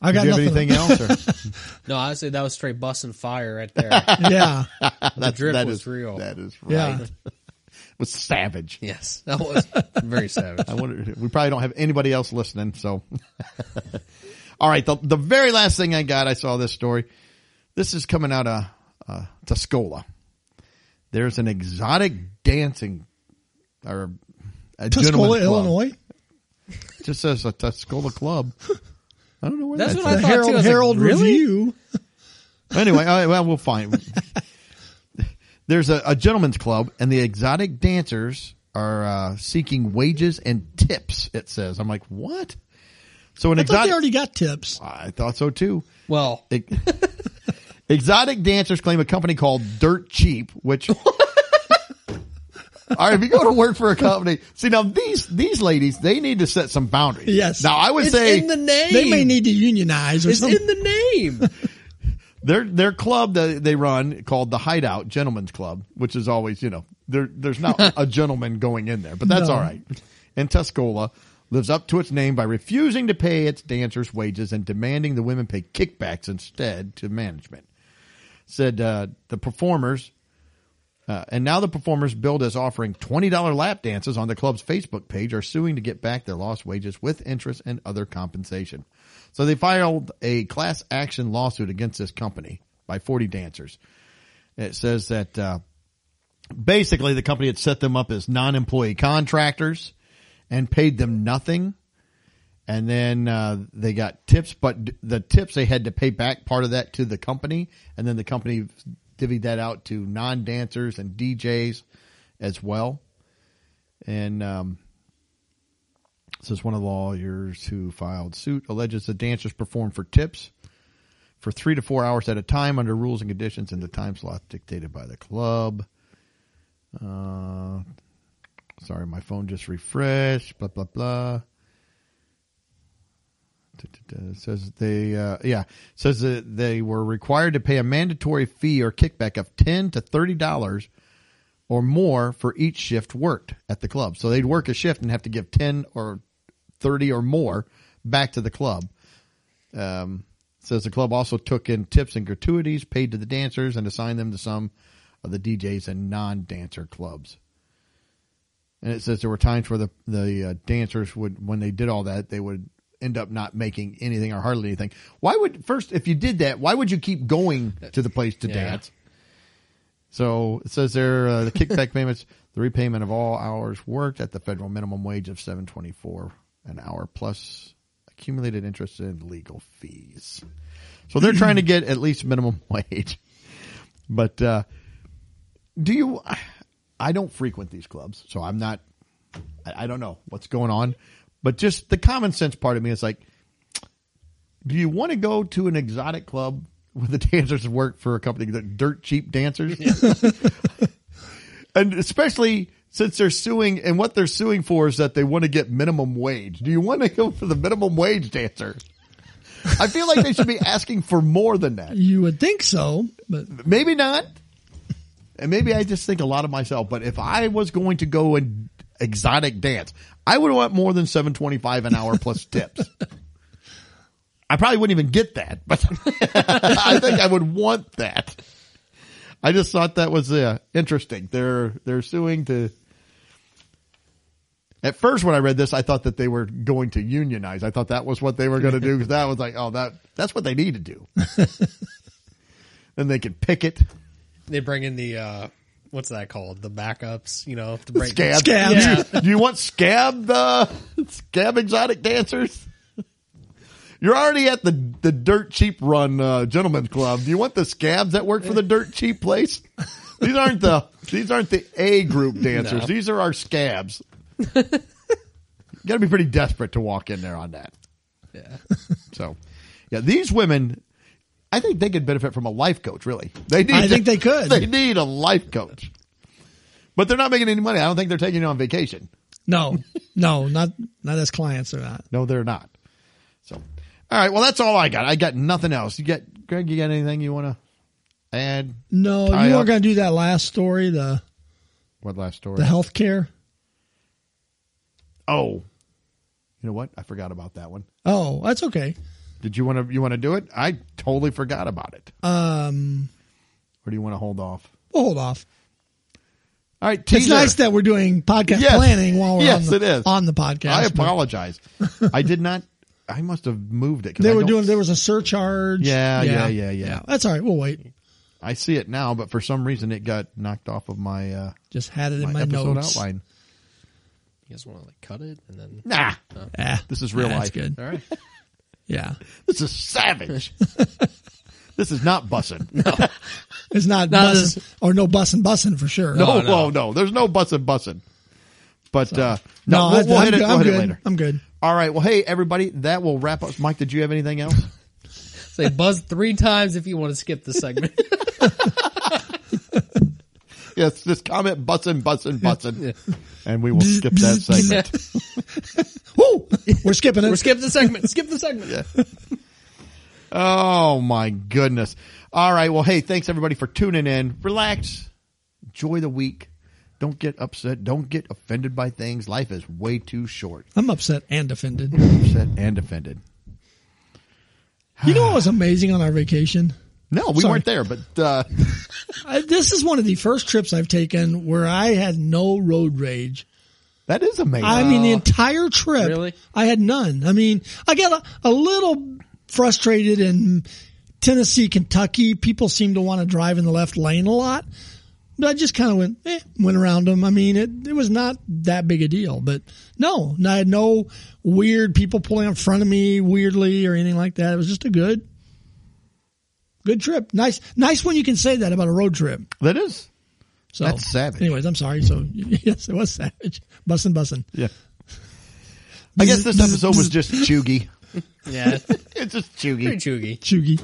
I
do
got
you have
nothing.
anything else or
No, I say that was straight busting
*laughs*
fire right there.
yeah.
*laughs* the drip
that
was
is-
real.
that is right
Yeah.
It was savage
Yes, that was
*laughs*
very savage.
I wonder. We probably don't have anybody else listening. So, *laughs* all right. The, the very last thing I got, I saw this story. This is coming out of uh, Tuscola. There's an exotic dancing or a gentleman's
Tuscola,
club.
Illinois.
It just says a Tuscola club. *laughs* I don't know where
That's
that's.
what I
The
thought too.
Herald,
I was like,
Herald
really?
Review.
anyway, all right, well, we'll find. *laughs* There's a, a gentleman's club, and the exotic dancers are uh, seeking wages and tips. It says, "I'm like, what?" So an
I thought
exotic.
they already got tips.
I thought so too.
Well,
Ex- *laughs* Exotic dancers claim a company called Dirt Cheap,
*laughs*
which. All right, if you go to work for a company, see now these these ladies they need to set some boundaries.
Yes.
Now I would
it's
say
in the name.
They may need to unionize or
It's
something.
in the name.
their their club that they run called the Hideout Gentlemen's Club, which is always you know there there's not a gentleman going in there, but that's
No.
all right. And Tuscola lives up to its name by refusing to pay its dancers wages and demanding the women pay kickbacks instead to management. Said uh, the performers. Uh, and now the performers billed as offering $20 lap dances on the club's Facebook page are suing to get back their lost wages with interest and other compensation. So they filed a class action lawsuit against this company by 40 dancers. It says that, uh, basically the company had set them up as non-employee contractors and paid them nothing. And then, uh, they got tips, but d- the tips they had to pay back part of that to the company. And then the company divvied that out to non-dancers and DJs as well. And, um, this is one of the lawyers who filed suit alleges the dancers perform for tips for three to four hours at a time under rules and conditions in the time slot dictated by the club. Uh, sorry, my phone just refreshed. Blah blah blah. It says they, uh, yeah, says that they were required to pay a mandatory fee or kickback of ten to thirty dollars or more for each shift worked at the club. So they'd work a shift and have to give 10 or 30 or more back to the club. Um, says the club also took in tips and gratuities paid to the dancers and assigned them to some of the DJs and non-dancer clubs. And it says there were times where the the uh, dancers would, when they did all that, they would end up not making anything or hardly anything. Why would first, if you did that, why would you keep going to the place to
Yeah.
dance? So it says there uh, the kickback *laughs* payments, the repayment of all hours worked at the federal minimum wage of seven twenty four an hour plus accumulated interest and legal fees. So they're trying to get at least minimum *laughs* wage. But uh, do you? I don't frequent these clubs, so I'm not. I, I don't know what's going on, but just the common sense part of me is like, do you want to go to an exotic club where the *laughs* dancers work for a company that dirt cheap dancers? and especially since they're suing, and what they're suing for is that they want to get minimum wage. Do you want to go for the minimum wage dancer? I feel like they should be asking for more than that
You would think so, but
maybe not. And maybe I just think a lot of myself, but if I was going to go and exotic dance, I would want more than 725 an hour plus tips. I probably wouldn't even get that, but *laughs* I think I would want that. I just thought that was uh, interesting. They're they're suing to At first when I read this, I thought that they were going to unionize. I thought that was what they were going to do because that was like, oh, that that's what they need to do. then they could pick it.
They bring in the uh, what's that called? The backups, you know, to break
Scab.
Scab.
Do, you, do you want scab uh, scab exotic dancers? You're already at the the dirt cheap run uh, gentlemen's club. Do you want the scabs that work for the dirt cheap place? These aren't the these aren't the A
*laughs*
group dancers.
No.
These are our scabs. you got to be pretty desperate to walk in there on that.
Yeah.
So, yeah, these women, I think they could benefit from a life coach. Really, they need.
I think they
*laughs*
could.
They need a life coach. But they're not making any money. I don't think they're taking you on vacation.
no, no, not not as clients or not.
No, they're not. So, all right. Well, that's all I got. I got nothing else. You got Greg? You got anything you want to add?
No,
Tie
you
up.
were going to do that last story, the
What last story?
the healthcare.
oh, you know what? I forgot about that one.
Oh, that's okay.
Did you want to? You want to do it? I totally forgot about it.
Um,
Or do you want to hold off?
we'll hold off.
All right.
It's
teaser.
nice that we're doing podcast
Yes.
planning while we're
Yes,
on, the,
it is.
on the podcast.
I
but *laughs*
apologize. I did not. I must have moved it. 'cause
They
I
were
don't-
doing. There was a surcharge.
Yeah, yeah, yeah, yeah.
That's all right. We'll wait.
I see it now, but for some reason it got knocked off of my uh,
Just had it in
my,
my,
episode
notes.
outline.
You guys want to like cut it and then *laughs*
Nah,
Yeah,
this is real
Yeah,
life.
Oh. Ah, That's good.
all right.
Yeah,
This is
*laughs*
savage. this is not bussing.
it's not
Not
bussin' or no bussin' bussin' for sure.
No,
Oh,
no,
no.
no, There's no bussing, bussing. But uh, no,
no,
we'll,
I-
we'll
I'm
hit it.
good.
We'll
I'm
hit it
good.
later.
I'm good.
All right. Well, hey everybody, that will wrap up. Mike, did you have anything
*laughs*
else?
Say buzz three times if you want to skip the segment.
yes, just comment bussing, bussing, bussing, and we will skip that *laughs*
*laughs*
segment.
Woo! We're skipping it.
We're skip the segment. Skip the segment.
Oh my goodness. All right. Well, hey, thanks everybody for tuning in. Relax. Enjoy the week. Don't get upset. Don't get offended by things. Life is way too short.
I'm upset and
*laughs*
offended.
Upset and offended.
You know what was amazing on our vacation?
No, we
Sorry.
weren't there, but uh,
I, this is one of the first trips I've taken where I had no road rage.
that is amazing.
I mean, the entire trip,
Really?
I had none. I mean, I got a, a little frustrated in Tennessee, Kentucky. People seem to want to drive in the left lane a lot, but I just kind of went, eh, went around them. I mean, it, it was not that big a deal, but no, no, I had no weird people pulling in front of me weirdly or anything like that. It was just a good, good trip. Nice, nice when you can say that about a road trip.
that is.
So
That's savage.
Anyways, I'm sorry. So *laughs* yes, it was savage. Bussin', bussin'.
Yeah. I guess this episode was just chuggy.
Yeah.
*laughs* It's just
Pretty
chuggy.
chuggy.
Chugi.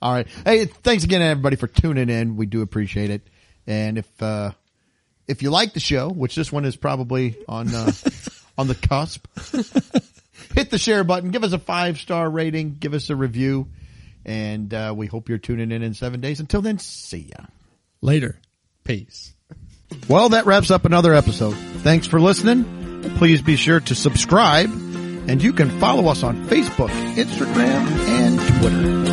All right. Hey, thanks again everybody for tuning in. We do appreciate it. And if uh if you like the show, which this one is probably on uh *laughs* on the cusp, *laughs* hit the share button, give us a five star rating, give us a review, and uh we hope you're tuning in in 7 days. Until then, see ya.
Later.
Peace.
Well, that wraps up another episode. Thanks for listening. Please be sure to subscribe and you can follow us on Facebook, Instagram, and Twitter.